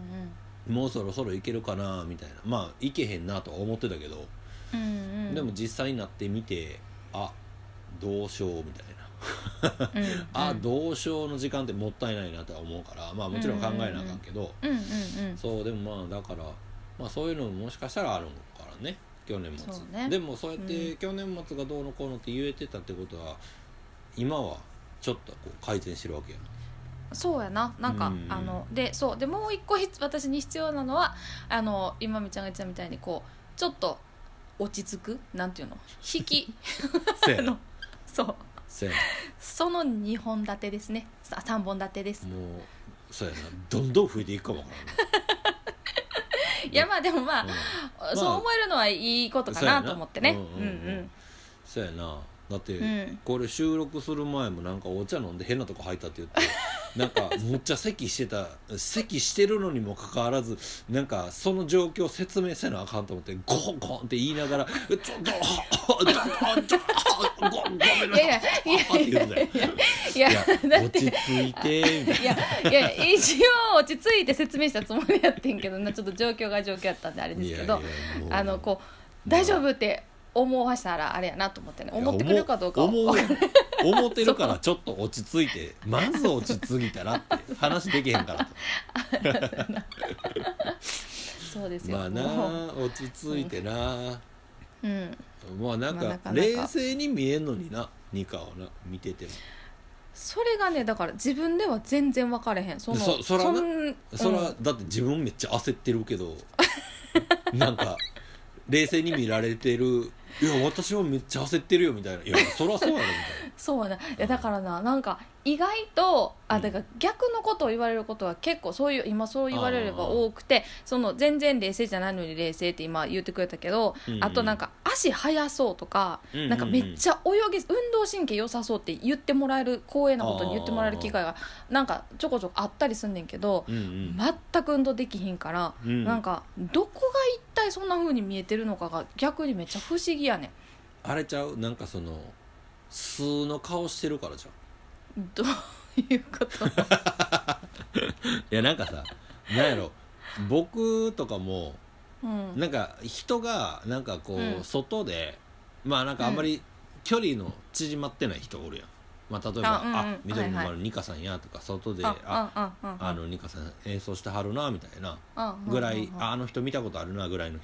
Speaker 1: もうそろそろいけるかなみたいなまあいけへんなとは思ってたけど、
Speaker 2: うんうん
Speaker 1: でも実際になってみてあどうしようみたいな
Speaker 2: うんうん
Speaker 1: あどうしようの時間ってもったいないなとは思うからまあもちろん考えなあかんけど、
Speaker 2: うんうんうん
Speaker 1: そうでもまあだから、まあ、そういうのももしかしたらあるのからね去年末
Speaker 2: そうね
Speaker 1: でもそうやって、
Speaker 2: う
Speaker 1: 去年末がどうのこうのって言えてたってことは今はちょっとこう改善してるわけ やん
Speaker 2: そうやななんか、
Speaker 1: うん
Speaker 2: あのでそうでもう一個ひつ私に必要なのはあの今みちゃんが言ってたみたいにこうちょっと落ち着くなんていうの引き
Speaker 1: せや
Speaker 2: あ
Speaker 1: な
Speaker 2: のそう
Speaker 1: せや
Speaker 2: その2本立てですねさ3本立てです
Speaker 1: なもうそうやなどんどん増えていくかもわか
Speaker 2: いやまあでもま
Speaker 1: ら
Speaker 2: あ
Speaker 1: ん、な、うん
Speaker 2: そう思えるのはいいことか
Speaker 1: そうや
Speaker 2: な
Speaker 1: な
Speaker 2: と思ってね
Speaker 1: う
Speaker 2: うんん
Speaker 1: うんうんそうやなだって、
Speaker 2: うん
Speaker 1: これ収録する前もなんかお茶飲んで変なとこ入ったって 言ってなんかむっちゃ咳してた咳してるのにもかかわらずなんかその状況説明せなあかんと思ってゴンゴンって言いながら「うっちょどどどどごごめんなさい」
Speaker 2: いやいや
Speaker 1: って言
Speaker 2: いや
Speaker 1: うんだよいや
Speaker 2: いやいやだっ
Speaker 1: 落
Speaker 2: て
Speaker 1: ち着いてみたいない
Speaker 2: やいや一応落ち着いて説明したつもりやってんけどなちょっと状況が状況やったんであれですけどあのこう大丈夫って思わしたらあれやなと思ってね
Speaker 1: いや
Speaker 2: 思ってくれるかどうかは
Speaker 1: 思 う思ってるからちょっと落ち着いてまず落ち着いたらって話できへんからと
Speaker 2: そうですよ、
Speaker 1: まあ
Speaker 2: も
Speaker 1: な落ち着いてな、
Speaker 2: ううん
Speaker 1: まあなん
Speaker 2: まあ
Speaker 1: か
Speaker 2: なかなか
Speaker 1: 冷静に見えんのになニカをな見てても
Speaker 2: それがねだから自分では全然分かれへんその
Speaker 1: そそらなんそれは、
Speaker 2: うん
Speaker 1: だって自分めっちゃ焦ってるけど なんか冷静に見られてるいや私はめっちゃ焦ってるよみたいないやそらそうやろみ
Speaker 2: そうやないやだからななんか意外と
Speaker 1: う
Speaker 2: あ
Speaker 1: ん
Speaker 2: だから逆のことを言われることは結構そういう今そう言われれば
Speaker 1: あー
Speaker 2: 多くてその全然冷静じゃないのに冷静って今言ってくれたけど、
Speaker 1: うんうん
Speaker 2: あとなんか足速そうとか、
Speaker 1: うんうんうん
Speaker 2: なんかめっちゃ泳ぎ運動神経良さそうって言ってもらえる光栄なことに言ってもらえる機会がなんかちょこちょこあったりすんねんけど、
Speaker 1: たいな、うん
Speaker 2: 全く運動できひんから、
Speaker 1: うんうん、
Speaker 2: なんかどこが一体そんな風に見えてるのかが逆にめっちゃ不思議やねん。
Speaker 1: あれちゃうなんかその素の顔してるからじゃん
Speaker 2: どういうこと
Speaker 1: いやなんかさなんやろ僕とかも
Speaker 2: うん
Speaker 1: なんか人がなんかこう、
Speaker 2: うん
Speaker 1: 外でまあなんかあんまり距離の縮まってない人おるやん、まあ、例えば「あ,、
Speaker 2: あうんうん
Speaker 1: 緑の
Speaker 2: はいは
Speaker 1: 丸ニカさんや」とか外で「
Speaker 2: あ
Speaker 1: あ
Speaker 2: ああ
Speaker 1: あのニカさん演奏してはるな」みたいな
Speaker 2: あ
Speaker 1: ぐらい「
Speaker 2: あ
Speaker 1: ああの人見たことあるな」ぐらいの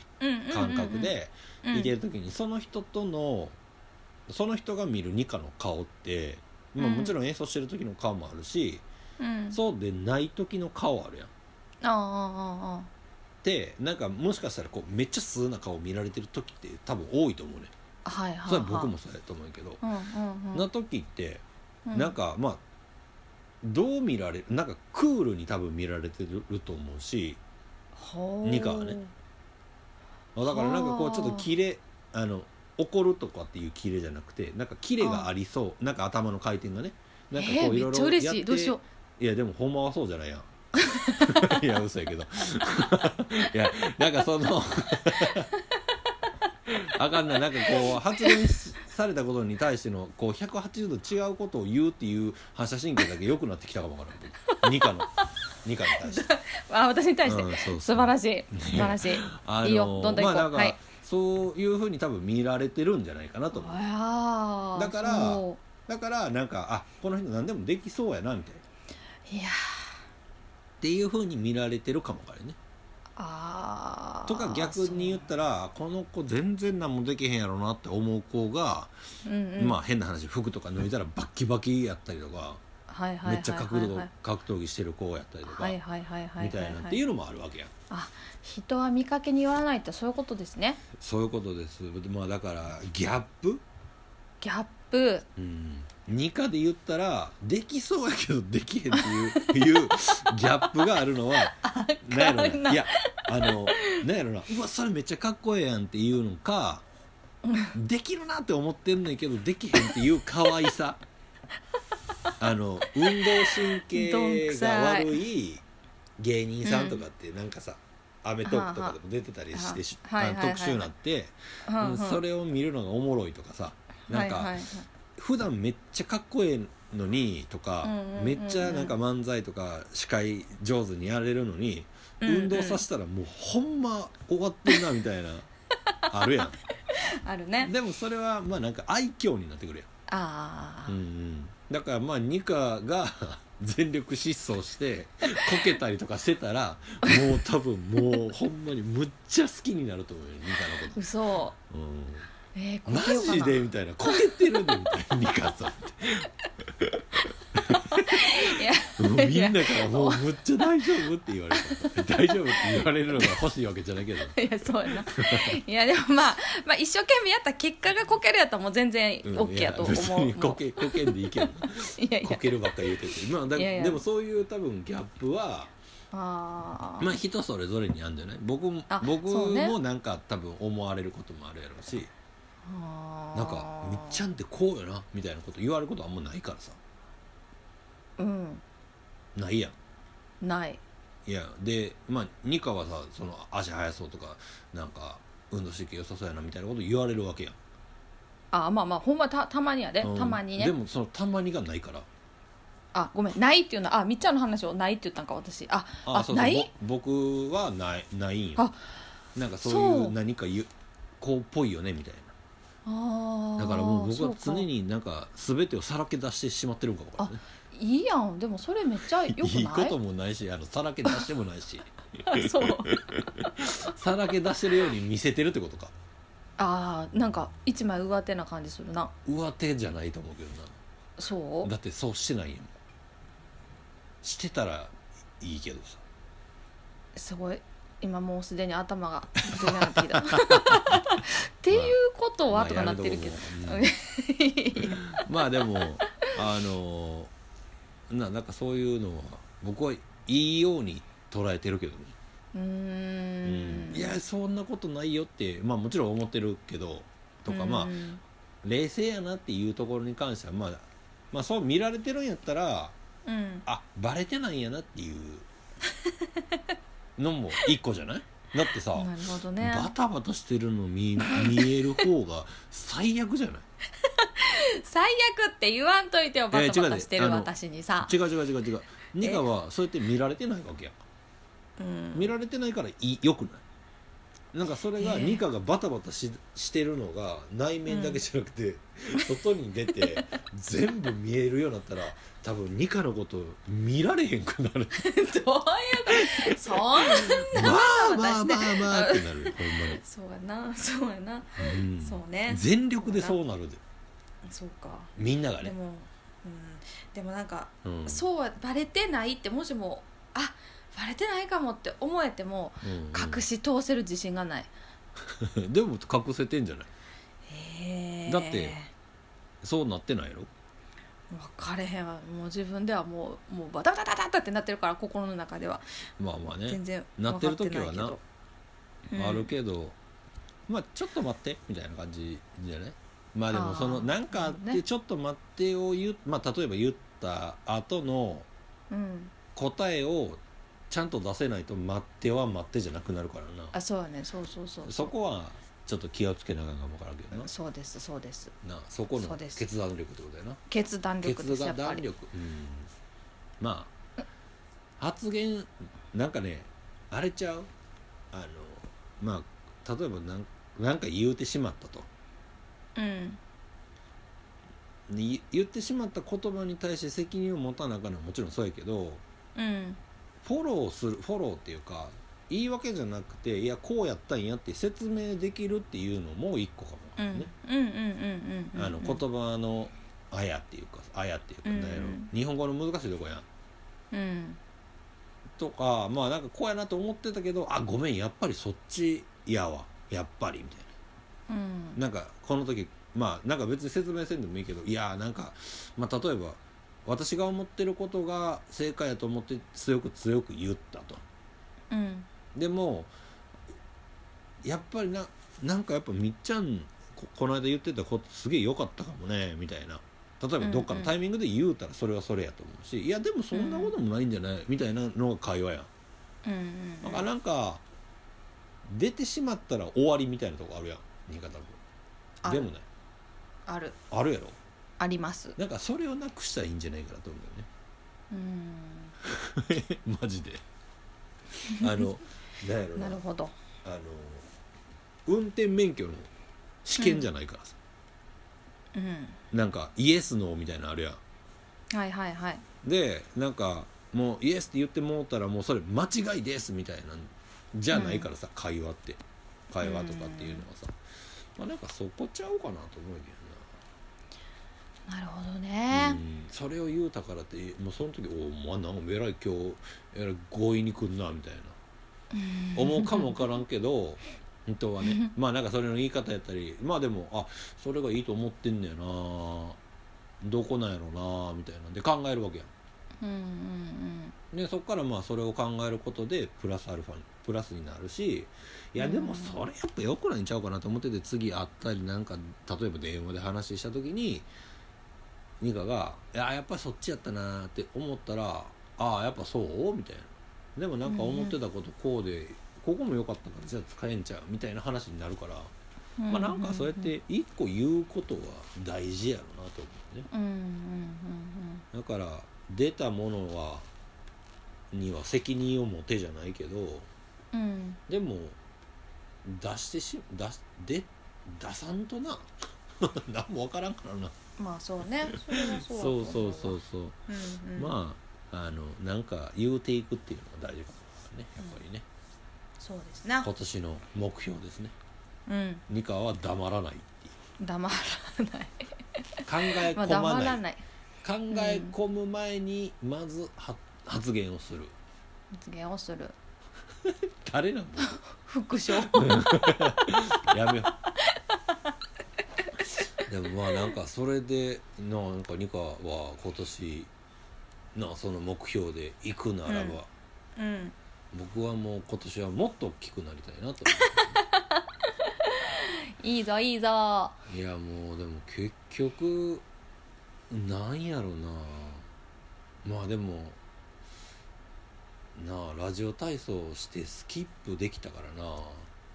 Speaker 1: 感
Speaker 2: 感
Speaker 1: 覚でいて
Speaker 2: る
Speaker 1: る時にその人とのその人が見るニカの顔って、まあ、
Speaker 2: うん
Speaker 1: もちろん演奏してる時の顔もあるし、そうでない時の顔あるやん。
Speaker 2: ああああ
Speaker 1: ってなんかもしかしたらこうめっちゃ素な顔見られてる時って多分多いと思うね
Speaker 2: はいはいはい
Speaker 1: それは僕もそうやと思うけど、
Speaker 2: うんうんうん
Speaker 1: な時って
Speaker 2: う
Speaker 1: なんかまあどう見られるなんかクールに多分見られてると思うし
Speaker 2: ほう
Speaker 1: ニカはねだからなんかこ
Speaker 2: は
Speaker 1: う
Speaker 2: あ
Speaker 1: ちょっとキレあの怒るとかっていうキレじゃなくてなんかキレがありそうなんか頭の回転がねなんか
Speaker 2: え
Speaker 1: こ
Speaker 2: ー
Speaker 1: うい
Speaker 2: め
Speaker 1: ろ
Speaker 2: っ
Speaker 1: い
Speaker 2: ちゃ
Speaker 1: ろ
Speaker 2: 嬉
Speaker 1: やっ
Speaker 2: しい
Speaker 1: て
Speaker 2: どうしよう
Speaker 1: いやでもほんまはそうじゃないやん いや嘘やけどいやなんかその あかんななんかこう発言しされたことに対してのこう180度違うことを言うっていう反射神経だけ良くなってきたかもわからんニカのニカに対 して
Speaker 2: あ私に対して、
Speaker 1: うんそうそう
Speaker 2: 素晴らしい素晴ら しい
Speaker 1: あの
Speaker 2: いいよどんどん行こう
Speaker 1: まあなんか、
Speaker 2: はい
Speaker 1: そういうふうに多分見られてるんじゃないかなと思う
Speaker 2: わー
Speaker 1: だから
Speaker 2: そ
Speaker 1: だからなんかあこの人何でもできそうやなみたいな
Speaker 2: ういやー
Speaker 1: っていうふうに見られてるかもわからんね
Speaker 2: あー
Speaker 1: とか逆に言ったらこの子全然何もできへんやろなって思う子が、
Speaker 2: そううんうん
Speaker 1: まあ変な話服とか脱いだらバッキバキやったりとか、
Speaker 2: はいはいはいはいはい
Speaker 1: めっちゃ格闘格闘技してる子やったりとか、
Speaker 2: はいはいはいはいはい
Speaker 1: みたいなっていうのもあるわけやん
Speaker 2: あ人は見かけによらないってそういうことですね
Speaker 1: そういうことですまあだからギャップ
Speaker 2: ギャップ
Speaker 1: うん二課で言ったらできそうやけどできへんっていう いうギャップがあるの はなんや
Speaker 2: か
Speaker 1: ろ
Speaker 2: ん
Speaker 1: な
Speaker 2: ない
Speaker 1: やあのなんやろなうわそれめっちゃかっこええやんっていうのかできるなって思ってんねんけどできへんっていう可愛 さあの運動神
Speaker 2: どん
Speaker 1: 経
Speaker 2: く
Speaker 1: が
Speaker 2: さい
Speaker 1: 悪い芸人さんとかってなんかさ『アメトーク』とかでも出てたりしてし
Speaker 2: はあはあ
Speaker 1: あの
Speaker 2: はいはいはい
Speaker 1: 特集になって
Speaker 2: はんはん
Speaker 1: それを見るのがおもろいとかさなんか、
Speaker 2: はいはいはい
Speaker 1: 普段めっちゃかっこええのにとか、
Speaker 2: うんうんうんうん
Speaker 1: めっちゃなんか漫才とか司会上手にやれるのに、
Speaker 2: うんうん
Speaker 1: 運動させたらもうほんま終わってんなみた いなあるや
Speaker 2: ある
Speaker 1: ん
Speaker 2: ね
Speaker 1: でもそれはまあなんか愛嬌になってくる
Speaker 2: あ
Speaker 1: やん、うんうん、だからまあニカが 全力疾走してこけたりとかしてたらもう多分もうほんまにむっちゃ好きになると思うよニカの
Speaker 2: ー嘘
Speaker 1: こと、うん
Speaker 2: えー、こ
Speaker 1: マ
Speaker 2: けようか
Speaker 1: ジ
Speaker 2: な
Speaker 1: でみたいなこけてるねみたいなニカさんってもうみんなからもうむっちゃ大丈夫って言われた大丈夫って言われるのが欲しいわけじゃないけど
Speaker 2: いやそうやないやでもまあ、まあ、一生懸命やった結果がこけるやったらもう全然
Speaker 1: うん
Speaker 2: OK やと思う、
Speaker 1: い別にこ
Speaker 2: も
Speaker 1: けこけんでいいけどな
Speaker 2: ういやい
Speaker 1: こ
Speaker 2: や
Speaker 1: けるばっか言うててまあだ
Speaker 2: いやいや
Speaker 1: でもそういう多分ギャップは
Speaker 2: あー、
Speaker 1: まあ人それぞれにあるんじゃない僕も
Speaker 2: あ
Speaker 1: 僕
Speaker 2: そうね
Speaker 1: もなんか多分思われることもあるやろうし
Speaker 2: あー
Speaker 1: なんかみっちゃんってこうよなみたいなこと言われることあんまないからさ
Speaker 2: うん
Speaker 1: ないやん
Speaker 2: ない
Speaker 1: いやでまあニカはさその足速そうとかなんか運動神経良さそうやなみたいなこと言われるわけやん、
Speaker 2: あーまあまあほんまたたまにやで、
Speaker 1: うん
Speaker 2: たまにね
Speaker 1: でもそのたまにがないから
Speaker 2: あごめんないっていうのはあみっちゃんの話をないって言ったんか私ああ
Speaker 1: そうそう
Speaker 2: ない
Speaker 1: ぼ僕はないないんよ
Speaker 2: あ
Speaker 1: なんかそうい
Speaker 2: そう
Speaker 1: う何かゆこうっぽいよねみたい
Speaker 2: あ
Speaker 1: な
Speaker 2: ー
Speaker 1: だからもう僕
Speaker 2: そ
Speaker 1: は
Speaker 2: か
Speaker 1: 常になんか全てをさらけ出してしまってるんかもわからんね
Speaker 2: いいやんでもそれめっちゃよくない
Speaker 1: いこともないしあのさらけ出してもないし
Speaker 2: あ そう
Speaker 1: さらけ出してるように見せてるってことか
Speaker 2: あーなんか一枚上手な感じするな
Speaker 1: 上手じゃないと思うけどな
Speaker 2: そう
Speaker 1: だってそうしてないやんしてたらいいけどさ
Speaker 2: すごい今もうすでに頭がぐちゃぐちゃになって きたっていうことは、とかなってるけど、
Speaker 1: まあ やれどもうんまあでもあのななんかそういうのは僕はいいように捉えてるけどね、
Speaker 2: うーん
Speaker 1: いやそんなことないよってまあもちろん思ってるけどとか、まあ冷静やなっていうところに関してはまあまあそう見られてるんやったら
Speaker 2: あうん
Speaker 1: あバレてないんやなっていうのも一個じゃないだって さ、
Speaker 2: なるほどね
Speaker 1: バタバタしてるの 見見える方が最悪じゃない
Speaker 2: 最悪って言わんといてよバ
Speaker 1: いや
Speaker 2: タバタして
Speaker 1: 違う
Speaker 2: る
Speaker 1: であの
Speaker 2: 私にさ
Speaker 1: 違う違う違う違うニカはそうやって見られてないわけや
Speaker 2: うん
Speaker 1: 見られてないからいいよくないなんかそれが
Speaker 2: え
Speaker 1: ニカがバタバタししてるのが内面だけじゃなくて、外に出 て全部見えるようになったら多分ニカのこと見られへんくなる
Speaker 2: どういうこと そん
Speaker 1: まあまあまあまあ
Speaker 2: バタバタ
Speaker 1: っ
Speaker 2: して
Speaker 1: てなるよほん
Speaker 2: そうやなそうやな
Speaker 1: まに、うん
Speaker 2: そうね
Speaker 1: 全力でそうなるで
Speaker 2: そうか
Speaker 1: みんなが
Speaker 2: で
Speaker 1: ね、
Speaker 2: もうんでもなんか
Speaker 1: うん、
Speaker 2: そうはバレてないってもしもあバレてないかもって思えても隠し通せる自信がない、
Speaker 1: うんうん でも隠せてんじゃない
Speaker 2: へえ
Speaker 1: だってそうなってないやろ
Speaker 2: 分かれへんわもう自分ではもうもうバタバタバタバタってなってるから心の中では
Speaker 1: まあまあね
Speaker 2: 全然
Speaker 1: な
Speaker 2: 分
Speaker 1: ってる
Speaker 2: かっ
Speaker 1: 時
Speaker 2: てない
Speaker 1: は
Speaker 2: け
Speaker 1: な
Speaker 2: ど、うん
Speaker 1: あるけどまあちょっと待ってみたいな感じじゃないまあで
Speaker 2: あ
Speaker 1: も
Speaker 2: ー
Speaker 1: そのなんかあっ
Speaker 2: なるほどね
Speaker 1: てちょっと待ってを言う、まあ例えば言った後の
Speaker 2: うん、
Speaker 1: 答えをちゃんと出せないと待っては待ってじゃなくなるからな
Speaker 2: あそうやねそうそうそう
Speaker 1: そこはちょっと気をつけながらかんわからんけどな
Speaker 2: そうですそうです
Speaker 1: なそこ
Speaker 2: そう
Speaker 1: の
Speaker 2: です
Speaker 1: 決断力ってことだよな
Speaker 2: 決断力で
Speaker 1: 決
Speaker 2: すやっぱ
Speaker 1: 断
Speaker 2: り
Speaker 1: 力うんまあ発言なんかねあれちゃうあのまあ例えばなんなんか言うてしまったと
Speaker 2: うん
Speaker 1: に言ってしまった言葉に対して責任を持たなあかんのはもちろんそうやけど
Speaker 2: うん
Speaker 1: フォローするフォローっていうか言い訳じゃなくていやこうやったんやって説明できるっていうのも一個か
Speaker 2: う
Speaker 1: も
Speaker 2: ん
Speaker 1: ね、
Speaker 2: うんうんうんうん
Speaker 1: あの言葉のあやっていうかあやっていうか、
Speaker 2: うん
Speaker 1: なんやろ日本語の難しいとこやん
Speaker 2: うん
Speaker 1: とかまあなんかこうやなと思ってたけどあごめんやっぱりそっちやわやっぱりみたい
Speaker 2: うん
Speaker 1: ななんかこの時まあなんか別に説明せんでもいいけどいやーなんか、まあ、例えば私が思ってることが正解やと思って強く強く言ったと
Speaker 2: うん
Speaker 1: でもやっぱりななんかやっぱみっちゃんここの間言ってたことすげえ良かったかもねみたいな例えばどっかのタイミングで言うたらそれはそれやと思うし、いやでもそんなこともないんじゃない、みたいなのが会話やん
Speaker 2: うん
Speaker 1: なんかなんか出てしまったら終わりみたいなとこあるやん新潟
Speaker 2: あ
Speaker 1: も
Speaker 2: る
Speaker 1: でもね
Speaker 2: ある
Speaker 1: あるやろ
Speaker 2: あります
Speaker 1: なんかそれをなくしたらいいんじゃないかなと思う
Speaker 2: うん
Speaker 1: よね マジであのなんやろな
Speaker 2: なるほど
Speaker 1: あの運転免許の試験じゃないからさ、
Speaker 2: うん
Speaker 1: なんかイエスノーみたいなのあるや
Speaker 2: はいはいはい
Speaker 1: んでなんかもうイエスって言ってもうたらもうそれ間違いですみたいなんじゃないからさ、会話って会話とかっていうのはさ、まあなんかそこちゃうかなと思うけどな
Speaker 2: なるほど
Speaker 1: う
Speaker 2: ね
Speaker 1: んそれを言うたからってもうその時「おおまあなんかえらい今日えらい強引に来んな」みたいな思うかもわからんけ ど本当はねまあなんかそれの言い方やったりまあでもあそれがいいと思ってんねやなどこなんやろなみたいなんで考えるわけや
Speaker 2: うんうん
Speaker 1: んでそっからまあそれを考えることでプラスアルファにプラスになるしいやでもそれやっぱ良くないんちゃうかなと思ってて次会ったりなんか例えば電話で話した時にニカが「いややっぱりそっちやったな」って思ったら「ああやっぱそう?」みたいなでもなんか思ってたことこうで、ここも良かったからじゃあ使えんちゃうみたいな話になるから、
Speaker 2: うん
Speaker 1: まあなんかそうやって一個言うことは大事やろなと思うね
Speaker 2: うんう
Speaker 1: だ
Speaker 2: ん
Speaker 1: から出たものはには責任を持てじゃないけど
Speaker 2: うんうんうん
Speaker 1: でも出してし出しで出さんとな 何もわからんからな
Speaker 2: まあそうねそれはそう
Speaker 1: そうそうそううそう、
Speaker 2: うんうん
Speaker 1: まああのなんか言うていくっていうのが大事かもねやっぱりね、
Speaker 2: そうですな
Speaker 1: 今年の目標ですね
Speaker 2: うん
Speaker 1: ニカは黙らないっていう
Speaker 2: 黙らない
Speaker 1: 考え
Speaker 2: まあ
Speaker 1: 込ま
Speaker 2: 黙
Speaker 1: ない,、
Speaker 2: らない
Speaker 1: 考え込む前にまずは発言をする
Speaker 2: 発言をする
Speaker 1: 誰なん
Speaker 2: 副 賞
Speaker 1: だやめよう でもまあなんかそれでなんかニカは今年なその目標で行くならば、
Speaker 2: うん
Speaker 1: 僕はもう今年はもっと大きくなりたいなと
Speaker 2: いいぞいいぞ
Speaker 1: 思ういやもうでも結局なんやろなまあでもなあラジオ体操をしてスキップできたからな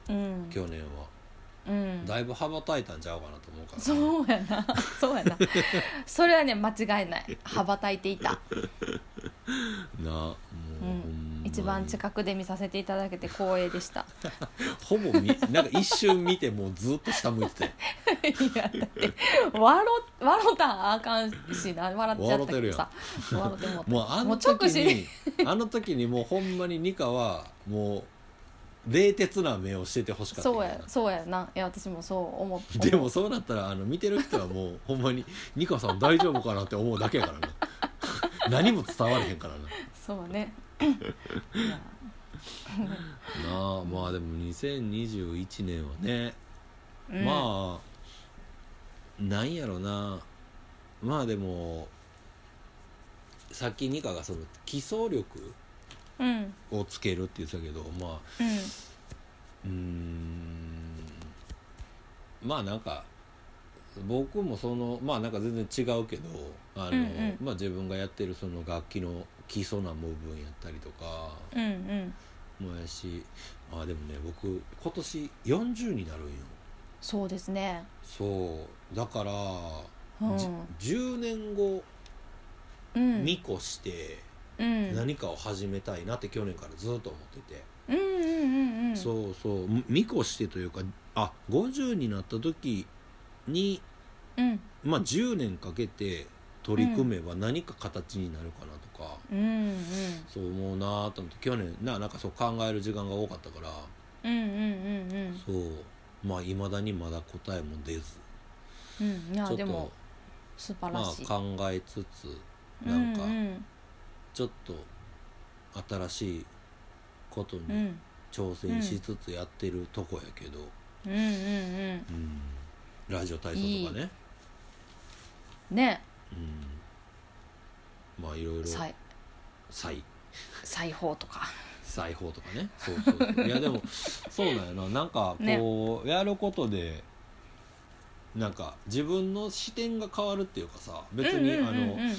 Speaker 2: うん
Speaker 1: 去年は、
Speaker 2: うん
Speaker 1: だいぶ羽ばたいたんちゃうかなと思うからな
Speaker 2: そうやなそうやなそれはね間違いない羽ばたいていた、
Speaker 1: なもう、
Speaker 2: う
Speaker 1: ほん
Speaker 2: ん
Speaker 1: ま、に
Speaker 2: 一番近くで見させていただけて光栄でした
Speaker 1: ほぼみなんか一瞬見てもうずっと下向いてたよ
Speaker 2: いやだって笑笑ったんあかんしな笑っちゃったけどさ笑ってもうた
Speaker 1: もうあの
Speaker 2: もう直
Speaker 1: 時
Speaker 2: 視
Speaker 1: にあの時にもうほんまにニカはもう冷徹な目をしててほしかったけ
Speaker 2: そ
Speaker 1: ど
Speaker 2: う
Speaker 1: な
Speaker 2: やそうやないや私もそう思って
Speaker 1: でもそうなったらあの見てる人はもうほんまに「 ニカさん大丈夫かな?」って思うだけやからな何も伝われへんからな
Speaker 2: そうね
Speaker 1: あまあでも2021年はね、
Speaker 2: うん
Speaker 1: まあなんやろなまあでもさっきニカがその基礎力
Speaker 2: うんうん
Speaker 1: をつけるって言ってたけどまあうーんまあなんか僕もそのまあなんか全然違うけどあの、
Speaker 2: うんうん
Speaker 1: まあ、自分がやってるその楽器の基礎な部分やったりとか
Speaker 2: うんうん
Speaker 1: もやしまあでもね僕今年40になるんよ
Speaker 2: そうですね
Speaker 1: そうだから、
Speaker 2: うん
Speaker 1: じ10年後
Speaker 2: うん
Speaker 1: 見越して
Speaker 2: うんうん
Speaker 1: 何かを始めたいなって去年からずっと思ってて、
Speaker 2: うんうんうん
Speaker 1: そうそうみ見越してというかあ50になった時に
Speaker 2: うん
Speaker 1: まあ、10年かけて取り組めば何か形になるかなとか、
Speaker 2: うんうん
Speaker 1: そう思うなと思って去年ななんかそう考える時間が多かったから
Speaker 2: うんうんうんうん
Speaker 1: そうまあいまだにまだ答えも出ず
Speaker 2: うんい
Speaker 1: ちょ
Speaker 2: や
Speaker 1: っ
Speaker 2: でも
Speaker 1: と
Speaker 2: 素晴ら
Speaker 1: ま
Speaker 2: しい
Speaker 1: あ考えつつなんか
Speaker 2: うんうん
Speaker 1: ちょっと新しいこと
Speaker 2: う
Speaker 1: に
Speaker 2: ん
Speaker 1: 挑戦しつつやってるとこやけど、
Speaker 2: うんうん
Speaker 1: うんラジオ体操とかね
Speaker 2: うんね
Speaker 1: うん、まあいろいろ
Speaker 2: 裁
Speaker 1: 再
Speaker 2: 裁縫とか
Speaker 1: 裁縫とかねそうそうそういやでも そうだよななんかこう、やることでなんか自分の視点が変わるっていうかさ別に
Speaker 2: うん
Speaker 1: あ
Speaker 2: うんうん
Speaker 1: の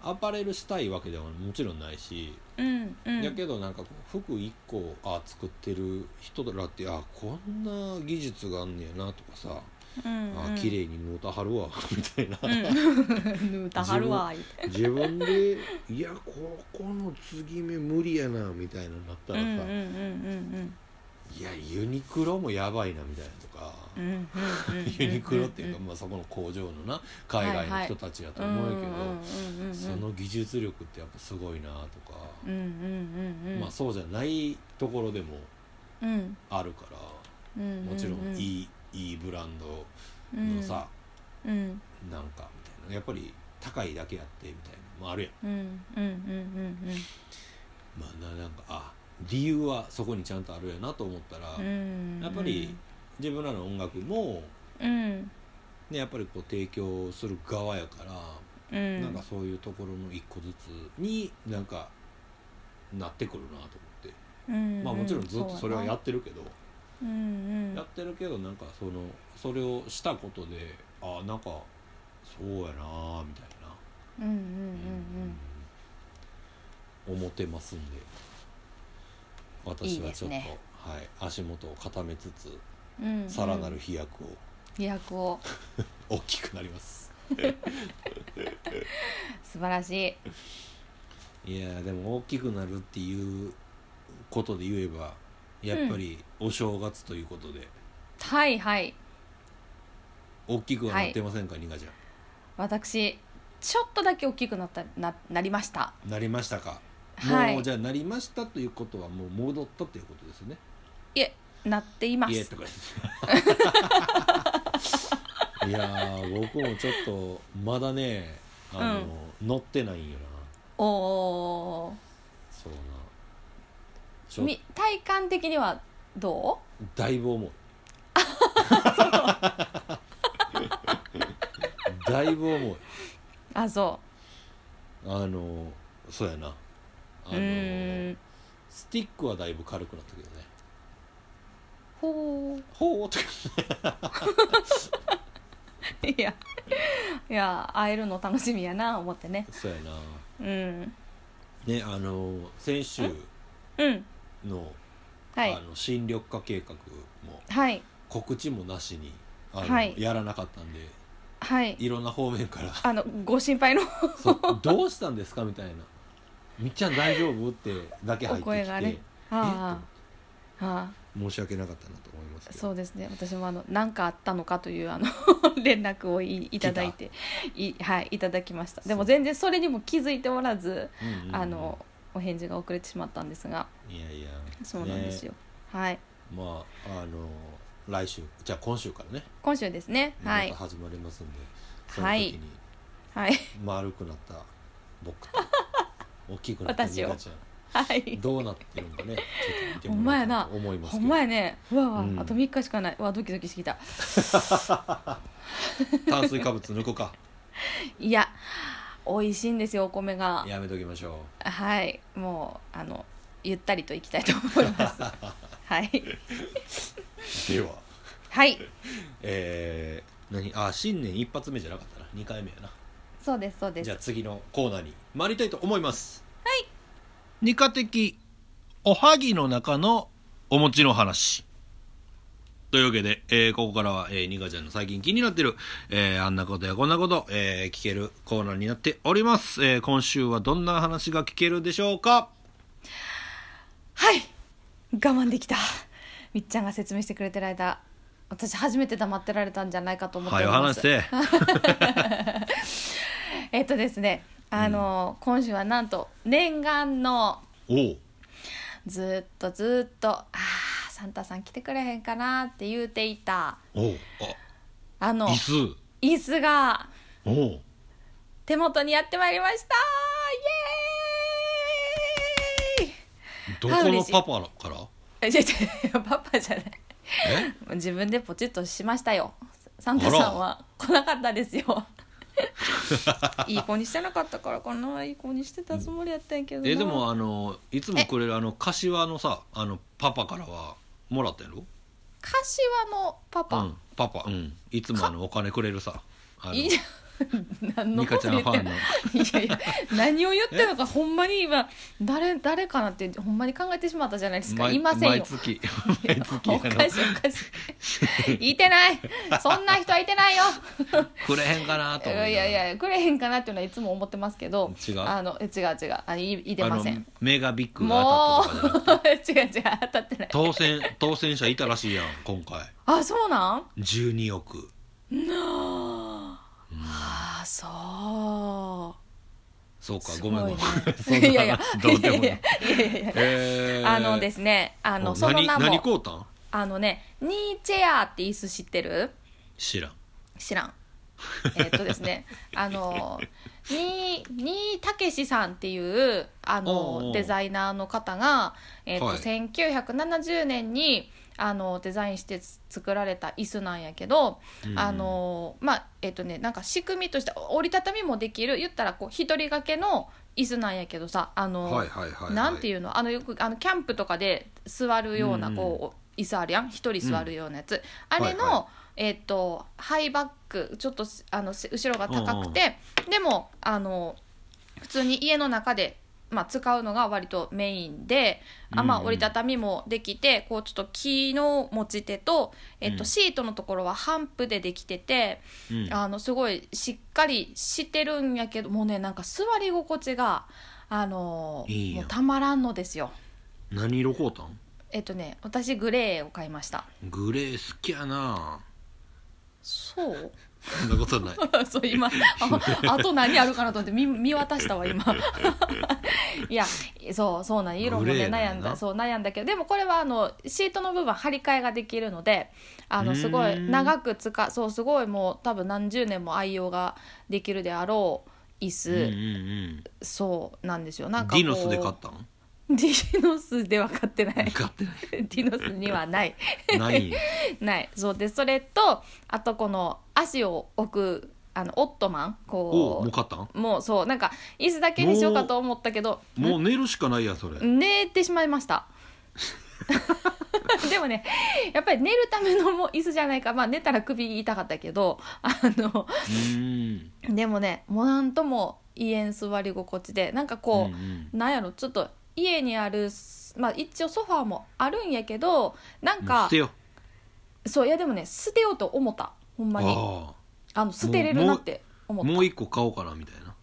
Speaker 1: アパレルしたいわけではもちろんないし、
Speaker 2: うんうん
Speaker 1: やけどなんかこう服1個あ作ってる人らってあこんな技術があんねやなとかさ、
Speaker 2: うんうん
Speaker 1: あ綺麗に縫うたはるわみたいな、
Speaker 2: うんぬうたはるわ言うて
Speaker 1: 自分でいやここの継ぎ目無理やなみたいなのなった
Speaker 2: う
Speaker 1: ら
Speaker 2: んう
Speaker 1: さ、
Speaker 2: んうん
Speaker 1: いやユニクロもやばいなみたいなとか、
Speaker 2: うんうんうんうんうんうん
Speaker 1: ユニクロっていうか、まあ、そこの工場のな海外の人たちやと思うけど、
Speaker 2: うんうんうんうん
Speaker 1: その技術力ってやっぱすごいなとか、
Speaker 2: うんうんうんうん
Speaker 1: まあ、そうじゃないところでも
Speaker 2: うん
Speaker 1: あるから
Speaker 2: うんうんうん
Speaker 1: もちろんいい,、いいブランドのさ、
Speaker 2: うん
Speaker 1: なんかみたいなやっぱり高いだけやってみたいなのもあるやん
Speaker 2: うんうんうんうん
Speaker 1: まあななんかあ理由はそこにちゃんとあるやなと思ったら、
Speaker 2: うんうん
Speaker 1: やっぱり自分らの音楽も、
Speaker 2: うん
Speaker 1: ね、やっぱりこう提供する側やから。
Speaker 2: うん
Speaker 1: なんかそういうところの一個ずつになんかなってくるなと思って、
Speaker 2: うん
Speaker 1: まあもちろんずっと
Speaker 2: う
Speaker 1: それはや
Speaker 2: やな
Speaker 1: ってるけど、
Speaker 2: うんう
Speaker 1: や
Speaker 2: ん
Speaker 1: ってるけどなんかそのそれをしたことであなんかそうやなみたいな、
Speaker 2: うんうんうん
Speaker 1: うん思ってますんで
Speaker 2: い
Speaker 1: 私
Speaker 2: い
Speaker 1: は
Speaker 2: です
Speaker 1: ちょっと
Speaker 2: ね
Speaker 1: はい、足元を固めつつ
Speaker 2: うんうん
Speaker 1: さらなる飛躍を
Speaker 2: 飛躍を
Speaker 1: 大きくなります、
Speaker 2: 素晴らしい
Speaker 1: いやーでも大きくなるっていうことで言えばやっぱりお正月ということで、
Speaker 2: はいはい
Speaker 1: 大きくはなってませんか、ニカちゃ
Speaker 2: 私ちょっとだけ大きくなったななりました
Speaker 1: んなりましたか、
Speaker 2: はい
Speaker 1: もうじゃあなりましたということはもう戻ったということですね
Speaker 2: いえなっていま
Speaker 1: いえ
Speaker 2: す
Speaker 1: とか言って いやー僕もちょっとまだねあの、乗ってないんよな
Speaker 2: おお
Speaker 1: そうなち
Speaker 2: ー
Speaker 1: ょ
Speaker 2: み体感的にはど
Speaker 1: だいぶ重い だいぶ重いう
Speaker 2: あそ
Speaker 1: あのそうやなあ
Speaker 2: ううー
Speaker 1: の
Speaker 2: ん
Speaker 1: スティックはだいぶ軽くなったけどね
Speaker 2: ほう
Speaker 1: ほうとか
Speaker 2: いや いや会えるの楽しみやな思ってね
Speaker 1: そうやな
Speaker 2: うん
Speaker 1: ねあの先週
Speaker 2: うん
Speaker 1: の,、
Speaker 2: はい
Speaker 1: あの新緑化計画も
Speaker 2: はい
Speaker 1: 告知もなしにあの、
Speaker 2: はい
Speaker 1: やらなかったんで
Speaker 2: はい
Speaker 1: いろんな方面から
Speaker 2: あのご心配の
Speaker 1: 「そうどうしたんですか?」みたいな「みっちゃん大丈夫?」ってだけ入って
Speaker 2: お
Speaker 1: きて、
Speaker 2: 声がね ああ
Speaker 1: え
Speaker 2: あ
Speaker 1: 申し訳なかったなと思います
Speaker 2: あ
Speaker 1: けど
Speaker 2: そうですね私もあの何かあったのかというあの 連絡をいいただいていはいいただきましたで
Speaker 1: そ
Speaker 2: も
Speaker 1: う
Speaker 2: 全然それにも気づいておらず
Speaker 1: うんうんうん
Speaker 2: あのお返事が遅れてしまったんですが
Speaker 1: いやいや
Speaker 2: そうなんですよ、
Speaker 1: ね
Speaker 2: はい
Speaker 1: まああの来週じゃあ今週からね
Speaker 2: 今週ですねは
Speaker 1: ま
Speaker 2: い
Speaker 1: た始まりますんで、
Speaker 2: は
Speaker 1: そ
Speaker 2: い
Speaker 1: の時に
Speaker 2: はい
Speaker 1: 丸くなった僕と大きくなった
Speaker 2: 私
Speaker 1: ミ
Speaker 2: を
Speaker 1: カちゃん
Speaker 2: はい
Speaker 1: どうなってるんかねちょっと見て
Speaker 2: ほん
Speaker 1: も
Speaker 2: ま
Speaker 1: ら
Speaker 2: や
Speaker 1: いたい
Speaker 2: な
Speaker 1: と思います
Speaker 2: ほ
Speaker 1: け
Speaker 2: ん
Speaker 1: ど
Speaker 2: まやねうわわ、
Speaker 1: うん
Speaker 2: あと3日しかないわドキドキしてきた
Speaker 1: 炭水化物抜こう か
Speaker 2: いや美味しいんですよお米が
Speaker 1: やめときましょ
Speaker 2: はいもうあのゆったりといきたいと思います はい、
Speaker 1: うでは
Speaker 2: はい、
Speaker 1: えー、何あ新年一発目じゃなかったな2回目やな
Speaker 2: そうですそうで
Speaker 1: じゃあ
Speaker 2: す
Speaker 1: 次のコーナーに参りたいと思いますはい二課的おはぎの中のお餅の話というわけで、えーここからは、えー、ニカちゃんの最近気になってる、えーあんなことやこんなこと、えー聞けるコーナーになっております、えー今週はどんな話が聞けるでしょうか
Speaker 2: はい我慢できたみっちゃんが説明してくれてる間私初めて黙ってられたんじゃないかと思って
Speaker 1: はい
Speaker 2: おり
Speaker 1: お
Speaker 2: ま
Speaker 1: 話
Speaker 2: す、
Speaker 1: して
Speaker 2: えっとですねあの、今週はなんと念願の
Speaker 1: おう
Speaker 2: ずーっとずーっとあーサンタさん来てくれへんかなって言うていた
Speaker 1: おう
Speaker 2: あの
Speaker 1: あ椅子
Speaker 2: 椅子が
Speaker 1: おう
Speaker 2: 手元にやってまいりましたイエーイ
Speaker 1: どこ
Speaker 2: あ
Speaker 1: の
Speaker 2: 嬉しい
Speaker 1: パパから
Speaker 2: えちょちょパパじゃない
Speaker 1: え
Speaker 2: 自分でポチッとしましたよサンタさんは来なかったですよいい子にしてなかったからかないい子にしてたつもりやったんやけどな
Speaker 1: えでもあのいつもくれるあの柏のさあのパパからはもらったやろ
Speaker 2: 柏のパパ、
Speaker 1: うん、パパ、うん、いつもあのお金くれるさあの
Speaker 2: いいじゃん 何の
Speaker 1: ニ
Speaker 2: こ
Speaker 1: カち
Speaker 2: と
Speaker 1: ゃん
Speaker 2: 言
Speaker 1: ファ
Speaker 2: って
Speaker 1: ン
Speaker 2: んの
Speaker 1: の
Speaker 2: いやいや何を言ってるのかほんまに今誰誰かなってほんまに考えてしまったじゃないですか
Speaker 1: 毎
Speaker 2: いません
Speaker 1: 毎
Speaker 2: よ
Speaker 1: 月毎月あ
Speaker 2: お
Speaker 1: の
Speaker 2: かしいおかしいいてないそんな人はいてないよ
Speaker 1: くれへんかなと
Speaker 2: い
Speaker 1: 思
Speaker 2: や
Speaker 1: いな
Speaker 2: い
Speaker 1: がら
Speaker 2: やいやくれへんかなっていうのはいつも思ってますけど
Speaker 1: 違う
Speaker 2: あのえ違う違うあいいて
Speaker 1: あ
Speaker 2: ま
Speaker 1: の
Speaker 2: せん
Speaker 1: メガビッグが
Speaker 2: も
Speaker 1: 当たったとかじゃなくて
Speaker 2: う違う違う 当たってない
Speaker 1: 当選当選者いたらしいやん今回
Speaker 2: あそうなん
Speaker 1: 12億
Speaker 2: あそ
Speaker 1: そうか
Speaker 2: すご
Speaker 1: ご
Speaker 2: い
Speaker 1: め
Speaker 2: ね
Speaker 1: んごめんそん
Speaker 2: ういやいや
Speaker 1: などうでも
Speaker 2: い
Speaker 1: な
Speaker 2: や
Speaker 1: い
Speaker 2: いやいやいや
Speaker 1: えー
Speaker 2: あのですねあ
Speaker 1: お
Speaker 2: のその名
Speaker 1: 何何
Speaker 2: も
Speaker 1: こうたん
Speaker 2: あのねニーチェアって椅子知ってる
Speaker 1: 知らん
Speaker 2: 知らんえっとですねあのににたけしさんっていうあ
Speaker 1: おうお
Speaker 2: の
Speaker 1: う
Speaker 2: デザイナーの方が、えっと
Speaker 1: はい
Speaker 2: 1970年にあのデザインしてつ作られた椅子なんやけど、
Speaker 1: うん
Speaker 2: あのまあえっとねなんか仕組みとして折りたたみもできる言ったらこう一人掛けの椅子なんやけどさあの、
Speaker 1: はいはいはいはい
Speaker 2: なんていうのあのよくあのキャンプとかで座るような
Speaker 1: うんうん
Speaker 2: こう、椅子あるやん一人座るようなやつ、あれの、
Speaker 1: はいは
Speaker 2: えっとハイバックちょっとすあのせ後ろが高くて、でもあの普通に家の中で、まあ、使うのが割とメインで、あま
Speaker 1: う
Speaker 2: あ、
Speaker 1: んうん
Speaker 2: 折りたたみもできてこうちょっと木の持ち手と、えっ
Speaker 1: う
Speaker 2: と、
Speaker 1: ん
Speaker 2: シートのところはハンプでできてて、
Speaker 1: うん
Speaker 2: あのすごいしっかりしてるんやけどもうねなんか座り心地が、あのー
Speaker 1: いいよ
Speaker 2: もうたまらんのですよ。
Speaker 1: 何色こうたん
Speaker 2: えっとね私グレーを買いました。
Speaker 1: グレー好きやな
Speaker 2: そう
Speaker 1: そんなことない
Speaker 2: そ う今ああと何あるかなと思って見見渡したわ今いやそうそうなん色も
Speaker 1: グレ
Speaker 2: ね
Speaker 1: ーなんや
Speaker 2: 悩
Speaker 1: なん
Speaker 2: だそう悩んだけどでもこれはあのシートの部分張り替えができるのであのすご
Speaker 1: う
Speaker 2: い
Speaker 1: ーん
Speaker 2: 長く使うそうすごいもう多分何十年も愛用ができるであろう椅子、
Speaker 1: うんうん
Speaker 2: そうなんですよな
Speaker 1: うんん
Speaker 2: か
Speaker 1: デ
Speaker 2: こう
Speaker 1: ィノスで買ったん
Speaker 2: ディノスでは買って ない
Speaker 1: 買ってな
Speaker 2: ディノスにはない
Speaker 1: いないんや
Speaker 2: ないそうでそれとあとこの足を置くあのオットマン
Speaker 1: おう
Speaker 2: こ
Speaker 1: も
Speaker 2: う
Speaker 1: う買ったん
Speaker 2: もうそうなんか椅子だけにしようかと思ったけど
Speaker 1: もう寝るしかないやんそれ
Speaker 2: 寝てしまいました でもねやっぱり寝るためのもう椅子じゃないかまあ寝たら首痛かったけどあの
Speaker 1: うん
Speaker 2: でもねもうなんとも言えん座り心地でなんかこう、
Speaker 1: うん
Speaker 2: なんやろちょっと家にあるまあ一応ソファーもあるんやけどなん
Speaker 1: うん
Speaker 2: か
Speaker 1: 捨てよ
Speaker 2: そういやでもね捨てようと思ったほんまに
Speaker 1: あ
Speaker 2: あの捨てれるなって思
Speaker 1: あ
Speaker 2: った
Speaker 1: もう一個買おうかなみたいな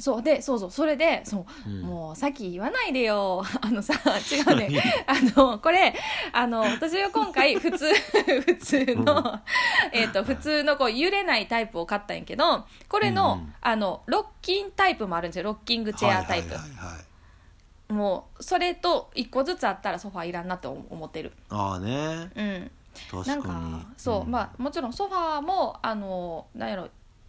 Speaker 2: そうでそうそうそれでそ
Speaker 1: う
Speaker 2: う、
Speaker 1: ん
Speaker 2: もうさっき言わないでよ あのさ違うねあのこれあの私は 今回普通普通
Speaker 1: う
Speaker 2: のえっと普通のこう揺れないタイプを買ったんやけどこれの,、
Speaker 1: うんうん
Speaker 2: あのロッキンタイプもあるんですよロッキングチェアタイプ、
Speaker 1: はいはいはいはい
Speaker 2: もうそれと一個ずつあったらソファーいらんなって思ってる
Speaker 1: ああね
Speaker 2: うん
Speaker 1: 確か
Speaker 2: なん
Speaker 1: に
Speaker 2: かそう、
Speaker 1: ん
Speaker 2: まあもちろんソファーもあのなんやろ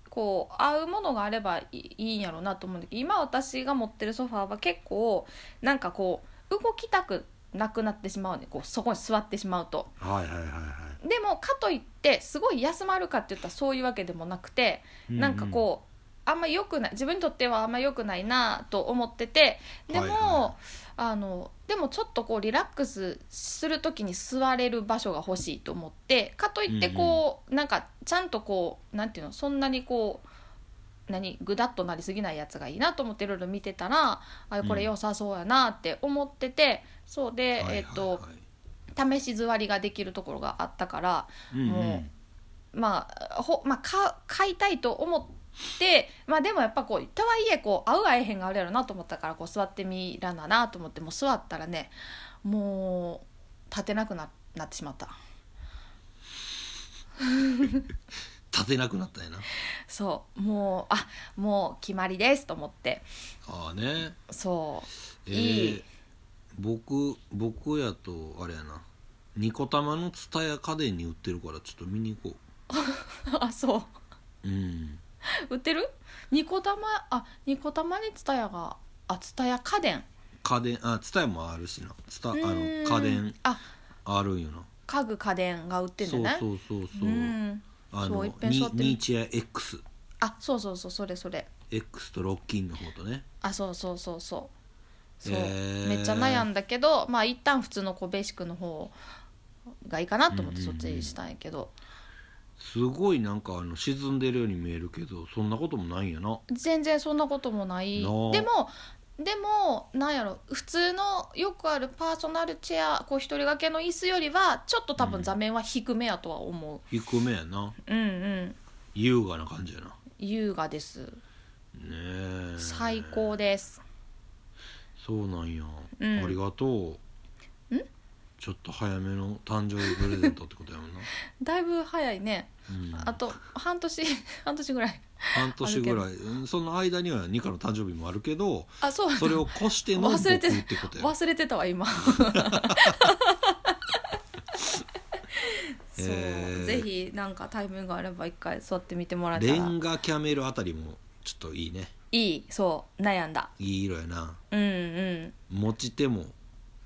Speaker 2: こう合うものがあればいいいいんやろうなと思うんだけど今私が持ってるソファーは結構なんかこう動きたくなくなってしまうねこうそこに座ってしまうと。
Speaker 1: はいはいはいは
Speaker 2: でもかといってすごい休まるかって言ったらそういうわけでもなくて、
Speaker 1: い
Speaker 2: なんかこうあんま良くない自分にとってはあんま良くないなと思っててで
Speaker 1: は
Speaker 2: も、
Speaker 1: いは
Speaker 2: あのでもちょっとこうリラックスする時に座れる場所が欲しいと思ってかといってこう、なんかちゃんとこうなんていうのそんなにこう。何ぐだっとなりすぎないやつがいいなと思っていろいろ見てたらあこれ良さそうやなって思ってて、そう
Speaker 1: うん
Speaker 2: で、
Speaker 1: はいはいはい
Speaker 2: えっと試し座りができるところがあったから、
Speaker 1: うんうん
Speaker 2: もまあ、ほまあか買いたいと思って、まあ、でもやっぱこうとはいえこう合う合えへんがあるやろなと思ったからこう座ってみらななと思ってもう座ったらねもう立てなくななってしまった
Speaker 1: 立てなくなったんやな
Speaker 2: そうもうあもう決まりですと思って
Speaker 1: ああね
Speaker 2: そう
Speaker 1: え
Speaker 2: いい
Speaker 1: 僕僕やとあれやなニコ玉の蔦屋家電に売ってるからちょっと見に行こ
Speaker 2: あそう
Speaker 1: ううん
Speaker 2: 売ってるニコ玉あニコ玉にツタヤがあツタヤ家電
Speaker 1: 家電あ蔦屋もあるしな蔦あ
Speaker 2: う
Speaker 1: の
Speaker 2: ーん
Speaker 1: 家電
Speaker 2: あ
Speaker 1: あるんよな
Speaker 2: 家具家電が売ってるんじ
Speaker 1: そ
Speaker 2: ゃ
Speaker 1: う
Speaker 2: ない
Speaker 1: そうそうそううんあ
Speaker 2: そ
Speaker 1: の
Speaker 2: う
Speaker 1: ニ
Speaker 2: いっぺん座ってみ
Speaker 1: ニーチェア X
Speaker 2: あそうそうそうそれそれ
Speaker 1: X とロッキンの方とね
Speaker 2: あそうそうそうそうそう、
Speaker 1: へー
Speaker 2: めっちゃ悩んだけどまあ一旦普通のこうベーシックの方がいいかなと思って
Speaker 1: うんう
Speaker 2: そ
Speaker 1: んう
Speaker 2: っ
Speaker 1: ん
Speaker 2: ちにしたんやけど、
Speaker 1: すごいなんかあの沈んでるように見えるけどそんなこともないんやな
Speaker 2: 全然そんなこともないで
Speaker 1: なあ
Speaker 2: もでもなんやろ普通のよくあるパーソナルチェアこう一人掛けの椅子よりはちょっと多
Speaker 1: う
Speaker 2: 分
Speaker 1: ん
Speaker 2: 座面は低めやとは思う、
Speaker 1: 低めやな
Speaker 2: うん、うん
Speaker 1: 優雅な感じやな
Speaker 2: 優雅です
Speaker 1: ねえ
Speaker 2: 最高です
Speaker 1: そうなんや、
Speaker 2: うん
Speaker 1: ありがとうんちょっと早めの誕生日プレゼントってことやもんな、
Speaker 2: だいぶ早いね
Speaker 1: うん、
Speaker 2: あと半年 半年ぐらい
Speaker 1: 半年ぐらいうんその間にはニカの誕生日もあるけど
Speaker 2: あそう
Speaker 1: それを越しての僕
Speaker 2: 忘れて
Speaker 1: ってことや
Speaker 2: 忘れて たわ今そう、
Speaker 1: えー
Speaker 2: ぜひなんかタイミングがあれば一回座ってみてもらった
Speaker 1: レ
Speaker 2: ら
Speaker 1: ンガキャメルあたりもちょっといいね
Speaker 2: いいそう悩んだ
Speaker 1: いい色やな
Speaker 2: うんうん
Speaker 1: 持ち手も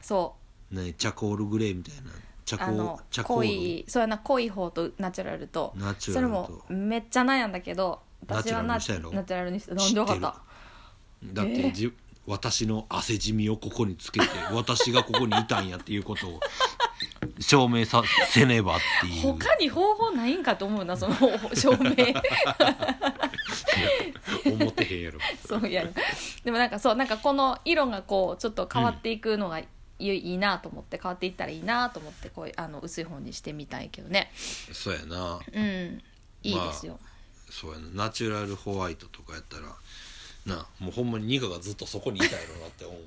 Speaker 2: そ
Speaker 1: ねチャコールグレーみたいなチ
Speaker 2: う
Speaker 1: ャ
Speaker 2: あ
Speaker 1: コ
Speaker 2: の
Speaker 1: チャコ
Speaker 2: 濃
Speaker 1: ー
Speaker 2: いそうやな濃い方とナチュラルと
Speaker 1: ルナチュ
Speaker 2: そ
Speaker 1: ラル
Speaker 2: れも
Speaker 1: と
Speaker 2: めっちゃ悩んだけど私は
Speaker 1: ナ
Speaker 2: ナ
Speaker 1: チ
Speaker 2: チ
Speaker 1: ュラルにしたやろ
Speaker 2: ナチュラルにして飲んでよかった
Speaker 1: だってじ、私の汗じみをここにつ けて私がここにいたんやっていうことを証明させねばっていう
Speaker 2: 他に方法ないんかと思うな その証明
Speaker 1: 思ってへんやろ
Speaker 2: そういやでもなんかそうなんかこの色がこうちょっと変わっていくのがいい,、なと思って変わっていったらいいなと思ってこういうあの薄い方にしてみたいけどね
Speaker 1: そうやな
Speaker 2: うんいいですよ、
Speaker 1: そうやなナチュラルホワイトとかやったらなあもうほんまにニカがずっとそこにいたやろなって 思う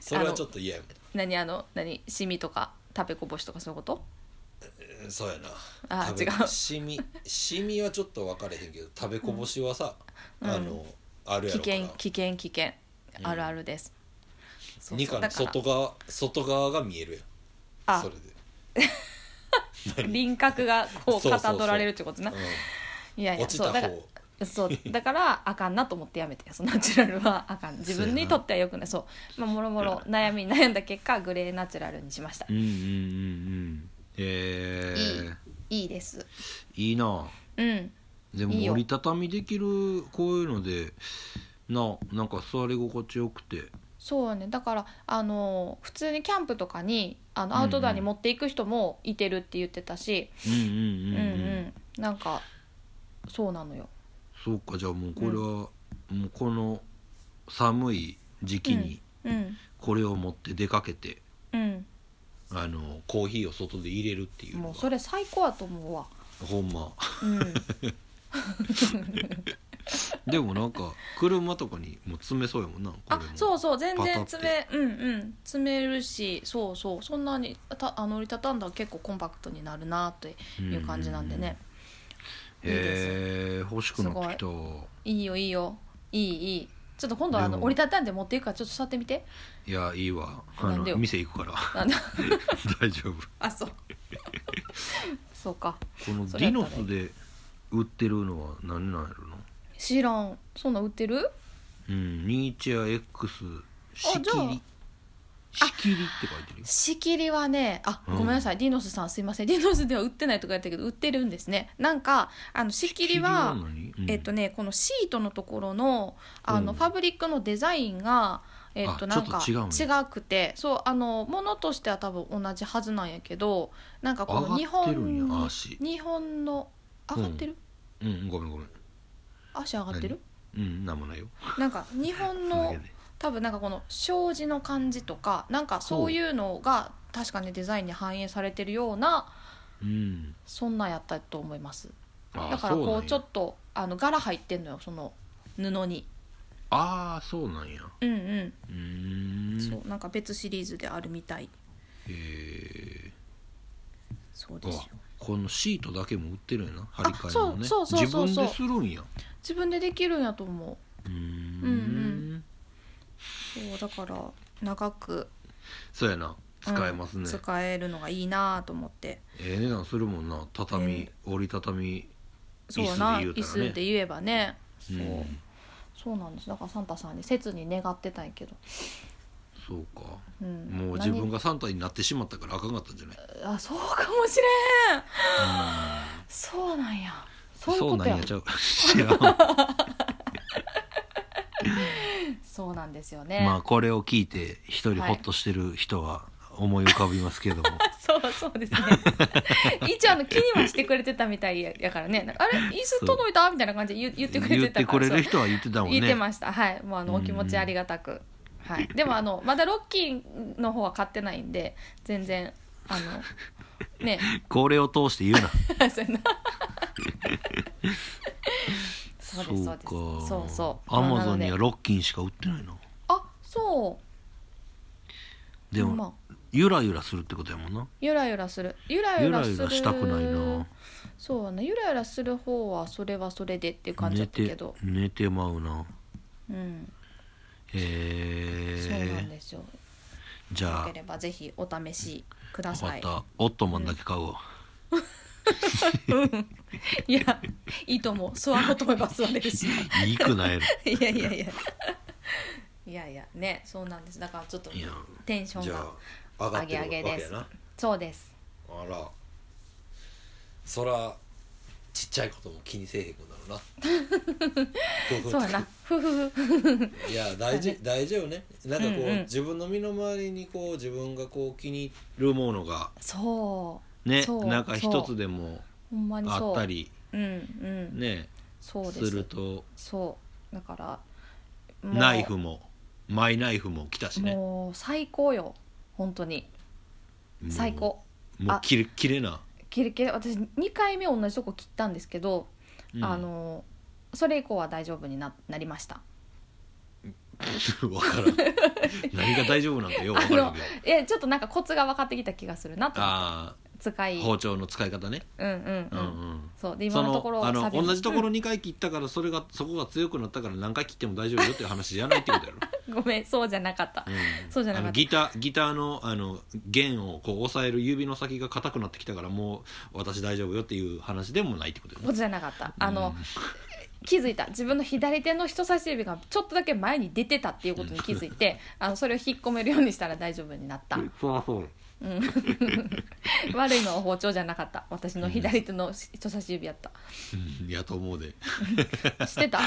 Speaker 1: それはちょっと嫌やもん
Speaker 2: 何あの何シミとか食べこぼしとかそういうこと
Speaker 1: えーそうやな
Speaker 2: あ
Speaker 1: 食べ
Speaker 2: 違う
Speaker 1: シミシミはちょっと分かれへんけど食べこぼしはさ、
Speaker 2: うん
Speaker 1: あのあるや
Speaker 2: 危
Speaker 1: ろから
Speaker 2: 険危険危険
Speaker 1: うん
Speaker 2: あるあるです、そう
Speaker 1: ニ
Speaker 2: そ
Speaker 1: カ
Speaker 2: う
Speaker 1: の
Speaker 2: だから
Speaker 1: 外側外側が見えるやん
Speaker 2: あ
Speaker 1: それで
Speaker 2: 輪郭がこ
Speaker 1: そう
Speaker 2: う
Speaker 1: そうそう
Speaker 2: 偏られるってことないうや
Speaker 1: ん
Speaker 2: いや
Speaker 1: 落ちた
Speaker 2: そうだから
Speaker 1: 方
Speaker 2: そうだからあかんなと思ってやめてそのナチュラルはあかん自分にとってはよくないそう、まあ、もろもろ悩みに悩んだ結果グレーナチュラルにしました
Speaker 1: うんうんうんうんえ
Speaker 2: いいです
Speaker 1: いいな
Speaker 2: うん
Speaker 1: でも
Speaker 2: いいよ
Speaker 1: 折りたたみできるこういうのでななんか座り心地よくて
Speaker 2: そうねだからあの普通にキャンプとかにあ
Speaker 1: う
Speaker 2: の
Speaker 1: んうん
Speaker 2: アウトドアに持っていく人もいてるって言ってたし、
Speaker 1: うんうん
Speaker 2: うん
Speaker 1: うん
Speaker 2: うん
Speaker 1: うん、
Speaker 2: なんかそうなのよ
Speaker 1: そうかじゃあもうこれは、もうこの寒い時期に
Speaker 2: うん
Speaker 1: これを持って出かけて、
Speaker 2: うん
Speaker 1: あのコーヒーを外で入れるっていうの
Speaker 2: もう
Speaker 1: が
Speaker 2: それ最高やと思うわ
Speaker 1: ほんま
Speaker 2: うん
Speaker 1: でもなんか車とかにもう詰めそうやもんなこれ
Speaker 2: あ
Speaker 1: も
Speaker 2: そうそう全然
Speaker 1: パタって
Speaker 2: 詰めうんうん詰めるしそうそうそんなにたあの折りたたんだら結構コンパクトになるなという感じなんでね、
Speaker 1: うんうんうんへえ欲しくなってきた
Speaker 2: いいよいいよいいいいちょっと今度はあ
Speaker 1: で
Speaker 2: の
Speaker 1: も
Speaker 2: 折りたたんで持っていくからちょっと座ってみ て
Speaker 1: いやいいわあ
Speaker 2: なんで
Speaker 1: の
Speaker 2: よ
Speaker 1: 店行くから
Speaker 2: あの
Speaker 1: 大丈夫
Speaker 2: あそう そうか
Speaker 1: この
Speaker 2: そ
Speaker 1: デ
Speaker 2: れや
Speaker 1: ィノ
Speaker 2: ったらいい
Speaker 1: スで売ってるのは何なんやろな
Speaker 2: 知らんそんなん売ってる
Speaker 1: うんニーチェア X 仕
Speaker 2: じゃ
Speaker 1: 切
Speaker 2: あ
Speaker 1: り仕切りって書いてるよ
Speaker 2: 仕切りはねあ
Speaker 1: うん
Speaker 2: ごめんなさい、ディノスさんすいませんディノスでは売ってないとか言ったけど売ってるんですねなんかあの仕切りは
Speaker 1: 仕切りは何うん
Speaker 2: えっとねこのシートのところのあの、
Speaker 1: うん
Speaker 2: ファブリックのデザインがえっ
Speaker 1: あ
Speaker 2: となんか
Speaker 1: ちょっと違う
Speaker 2: 違くてそうあのものとしては多分同じはずなんやけどなんかこ
Speaker 1: 上
Speaker 2: の日
Speaker 1: がってるんや
Speaker 2: 本
Speaker 1: 足
Speaker 2: 日本の上がってる、
Speaker 1: うんごめんごめん
Speaker 2: 足上がってる
Speaker 1: うんなんもないよ
Speaker 2: なんか日本
Speaker 1: それだ
Speaker 2: の
Speaker 1: けで
Speaker 2: 多分なんかこの障子の感じとかなんかそういうのが確かねデザインに反映されてるような
Speaker 1: うん
Speaker 2: そんなんやったと思います
Speaker 1: あ
Speaker 2: だから
Speaker 1: そ
Speaker 2: こ
Speaker 1: なんや
Speaker 2: うちょっとあの柄入ってんのよその布に
Speaker 1: ああそうなんや
Speaker 2: うんうん
Speaker 1: うーん
Speaker 2: そうなんか別シリーズであるみたい
Speaker 1: え
Speaker 2: そう
Speaker 1: ー
Speaker 2: ですよ
Speaker 1: あこのシートだけも売ってるんやな張り替えのね
Speaker 2: そうそう
Speaker 1: 自
Speaker 2: そうそうそう
Speaker 1: 分でするんや
Speaker 2: 自分でできるんやと思
Speaker 1: うーん
Speaker 2: うんうんうそうだから長く、
Speaker 1: そうやな使えます
Speaker 2: うん
Speaker 1: ね
Speaker 2: 使えるのがいいなと思って
Speaker 1: ええ値段するもんな畳折り畳
Speaker 2: そうやな
Speaker 1: 椅
Speaker 2: 椅
Speaker 1: 子で言うたらね
Speaker 2: 子で言えば
Speaker 1: う
Speaker 2: ねそう、
Speaker 1: ん
Speaker 2: そうなんですだからサンタさんに切に願ってたんやけど、
Speaker 1: そうか
Speaker 2: うん、
Speaker 1: もう自分がサンタになってしまったからあかんかったんじゃない
Speaker 2: 何あそうかもしれんそうなんやそういうこと
Speaker 1: そうなん
Speaker 2: や
Speaker 1: やち ゃう知らん
Speaker 2: そうなんですよね、
Speaker 1: まあこれを聞いて一人ホッとしてる人は思い浮かびますけども
Speaker 2: そうそう ですね一応あの気にはしてくれてたみたいやからねなんかあれ椅子届いたみたいな感じで言う言ってくれ
Speaker 1: 言
Speaker 2: て
Speaker 1: ったて
Speaker 2: か
Speaker 1: く
Speaker 2: ら
Speaker 1: れ
Speaker 2: そう
Speaker 1: る人は言ってたもんね
Speaker 2: 言ってましたはいもうあのお気持ちありがたく、はい、でもあのまだロッキーの方は買ってないんで全然あの ね
Speaker 1: これを通して言うな
Speaker 2: そうやな そうですそうですそうそう
Speaker 1: アマゾンには
Speaker 2: なので
Speaker 1: ロッキンしか売ってないな
Speaker 2: あそう
Speaker 1: でも、
Speaker 2: ほんま
Speaker 1: ゆらゆらするってことやもんな
Speaker 2: ゆらゆらするゆら
Speaker 1: ゆ
Speaker 2: ゆら
Speaker 1: ら
Speaker 2: する
Speaker 1: ゆらしたくないな
Speaker 2: そうやねゆらゆらする方はそれはそれでっていう感じだ
Speaker 1: 寝
Speaker 2: ったけ
Speaker 1: て
Speaker 2: ど
Speaker 1: 寝てまうな
Speaker 2: うん
Speaker 1: へ
Speaker 2: そうなん
Speaker 1: え
Speaker 2: ですよ。
Speaker 1: じ
Speaker 2: よ
Speaker 1: ゃ
Speaker 2: ければぜひお試しくだ
Speaker 1: あ分か
Speaker 2: さ
Speaker 1: っ
Speaker 2: い。
Speaker 1: たオットマンだけ 買うわ、
Speaker 2: いや、いいと思う。座ろうと思えば座れるし。
Speaker 1: いいくないやろ
Speaker 2: いやいやいや。いやいや、ね、そうなんです。だからちょっと
Speaker 1: いや
Speaker 2: テンションが。
Speaker 1: あ上
Speaker 2: 上げ上げですそうです。
Speaker 1: あらそらちっちゃいことも気にせえへんくなるな
Speaker 2: そうやな。ふふふ。
Speaker 1: いや大事大事よねなんかこう、
Speaker 2: うんうん
Speaker 1: 自分の身の回りにこう自分がこう気に入るものが
Speaker 2: そう。
Speaker 1: ね
Speaker 2: そう
Speaker 1: なんか
Speaker 2: そ
Speaker 1: 一
Speaker 2: う
Speaker 1: つでも
Speaker 2: ほんまに
Speaker 1: あ
Speaker 2: そう。
Speaker 1: ったり
Speaker 2: うんうん。
Speaker 1: ね
Speaker 2: そうですす。
Speaker 1: ると
Speaker 2: そう。だから。もう
Speaker 1: ナイフもマイナイフも来たしね
Speaker 2: もう最高よ。本当に。最高。
Speaker 1: もうもう
Speaker 2: あ
Speaker 1: キレキレな、
Speaker 2: 切れ切れ私2回目同じとこ切ったんですけど、
Speaker 1: うん
Speaker 2: あのそれ以降は大丈夫にななりました
Speaker 1: わからん何が大丈夫なんかよう分からんけど
Speaker 2: えちょっとなんかコツが分かってきた気がするなと思っ
Speaker 1: あ
Speaker 2: て使
Speaker 1: あ
Speaker 2: い
Speaker 1: 包丁の使い方ね
Speaker 2: うんうんう、
Speaker 1: うんんうん
Speaker 2: そうで今
Speaker 1: そ
Speaker 2: のところ
Speaker 1: のあの
Speaker 2: サビ
Speaker 1: 同じところ
Speaker 2: うん
Speaker 1: 2回切ったからそれがそこが強くなったから何回切っても大丈夫よっていう話じゃないってことやろ
Speaker 2: ごめんそうじゃなかった、
Speaker 1: うん
Speaker 2: そうじゃな
Speaker 1: あ
Speaker 2: か
Speaker 1: の
Speaker 2: った
Speaker 1: ギターギターのあの弦をこう押さえる指の先が硬くなってきたからもう私大丈夫よっていう話でもないってことよ
Speaker 2: こ
Speaker 1: ね
Speaker 2: とじゃなかったあ
Speaker 1: う
Speaker 2: の、
Speaker 1: ん
Speaker 2: 気づいた自分の左手の人差し指がちょっとだけ前に出てたっていうことに気づいてあのそれを引っ込めるようにしたら大丈夫になった、うん、
Speaker 1: そらそうよ
Speaker 2: 悪いのは包丁じゃなかった私の左手の人差し指やった
Speaker 1: うんいやと思うで、
Speaker 2: してた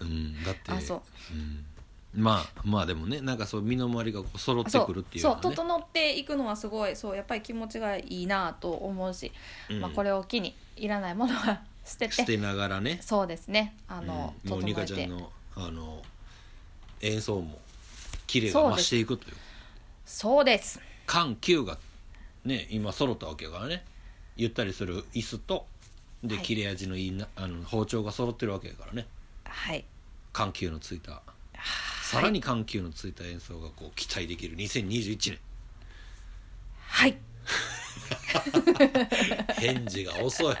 Speaker 1: うん、だって
Speaker 2: あそう
Speaker 1: うん、まあまあでもねなんかそう身の回りがこう揃って
Speaker 2: そう
Speaker 1: くるっていう
Speaker 2: そ
Speaker 1: の
Speaker 2: う
Speaker 1: はね
Speaker 2: 整っていくのはすごいそうやっぱり気持ちがいいなと思うし、
Speaker 1: うん
Speaker 2: まあ、これを機にいらないものは捨てて
Speaker 1: 捨てながらね
Speaker 2: そうですねあの、
Speaker 1: うんもうニ
Speaker 2: 整
Speaker 1: カ
Speaker 2: え
Speaker 1: ちゃん
Speaker 2: て
Speaker 1: のあの演奏も綺麗が増していくという
Speaker 2: そうです
Speaker 1: 緩急がね今揃ったわけやからねゆったりする椅子とで、
Speaker 2: はい
Speaker 1: 切れ味のいいなあの包丁が揃ってるわけやからね
Speaker 2: はい
Speaker 1: 緩急のついたさらに緩急のついた演奏がこう期待できる2021年
Speaker 2: はい
Speaker 1: 返事が 遅い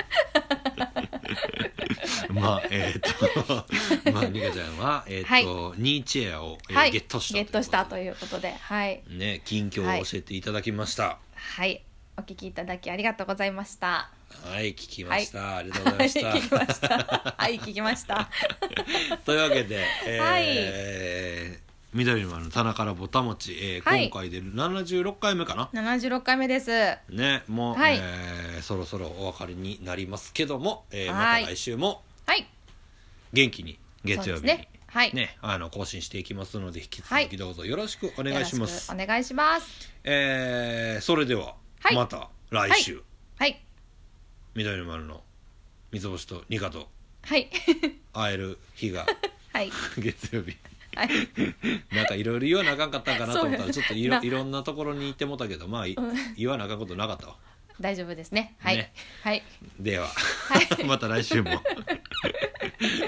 Speaker 1: まあえっ、とまあニカちゃんは、えーとニーチェアを、えー
Speaker 2: はい
Speaker 1: ゲットした
Speaker 2: ゲットしたと
Speaker 1: いうこ
Speaker 2: いうことではい
Speaker 1: とでね近況を教えていただきました、
Speaker 2: はいお聞きいただきありがとうございました。
Speaker 1: はい聞きました、ありがとうございまし
Speaker 2: 聞き
Speaker 1: た
Speaker 2: ました。はい、聞きました。
Speaker 1: というわけで、
Speaker 2: はい
Speaker 1: えー緑の丸の棚からぼたもち、えー
Speaker 2: はい
Speaker 1: 今回で76回目かな
Speaker 2: 七十六回目です。
Speaker 1: ねもう、
Speaker 2: はい
Speaker 1: えーそろそろお別れになりますけども、えーま
Speaker 2: は
Speaker 1: た
Speaker 2: い
Speaker 1: 来週も
Speaker 2: はい。
Speaker 1: 元気に月曜
Speaker 2: そう
Speaker 1: 日に、
Speaker 2: ですね
Speaker 1: ね。
Speaker 2: はい。
Speaker 1: あの更新していきますので引き
Speaker 2: は
Speaker 1: 続
Speaker 2: い
Speaker 1: きどうぞよろしくお願いします、
Speaker 2: よろしくお願いします。
Speaker 1: えーそれでは、
Speaker 2: はい
Speaker 1: また来週、
Speaker 2: はい。
Speaker 1: 緑の丸の三つ星とニカと
Speaker 2: はい。
Speaker 1: 会える日が
Speaker 2: はい。
Speaker 1: 月曜日
Speaker 2: はい。
Speaker 1: なんかいろいろ言わなあかんかったんかなと思った
Speaker 2: そうや
Speaker 1: らちょっとい
Speaker 2: な
Speaker 1: ろいろんなところに行ってもたけどまあい言わなあかんことなかったわ
Speaker 2: 大丈夫ですね。はい。
Speaker 1: ね
Speaker 2: はい。
Speaker 1: では、 また来週も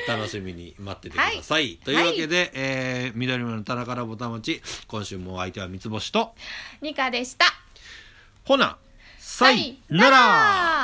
Speaker 1: 楽しみに待っててください、というわけで、えー緑村の棚からぼたもち今週もお相手は三つ星と
Speaker 2: ニカでした。
Speaker 1: ほなさいなら、
Speaker 2: さいなら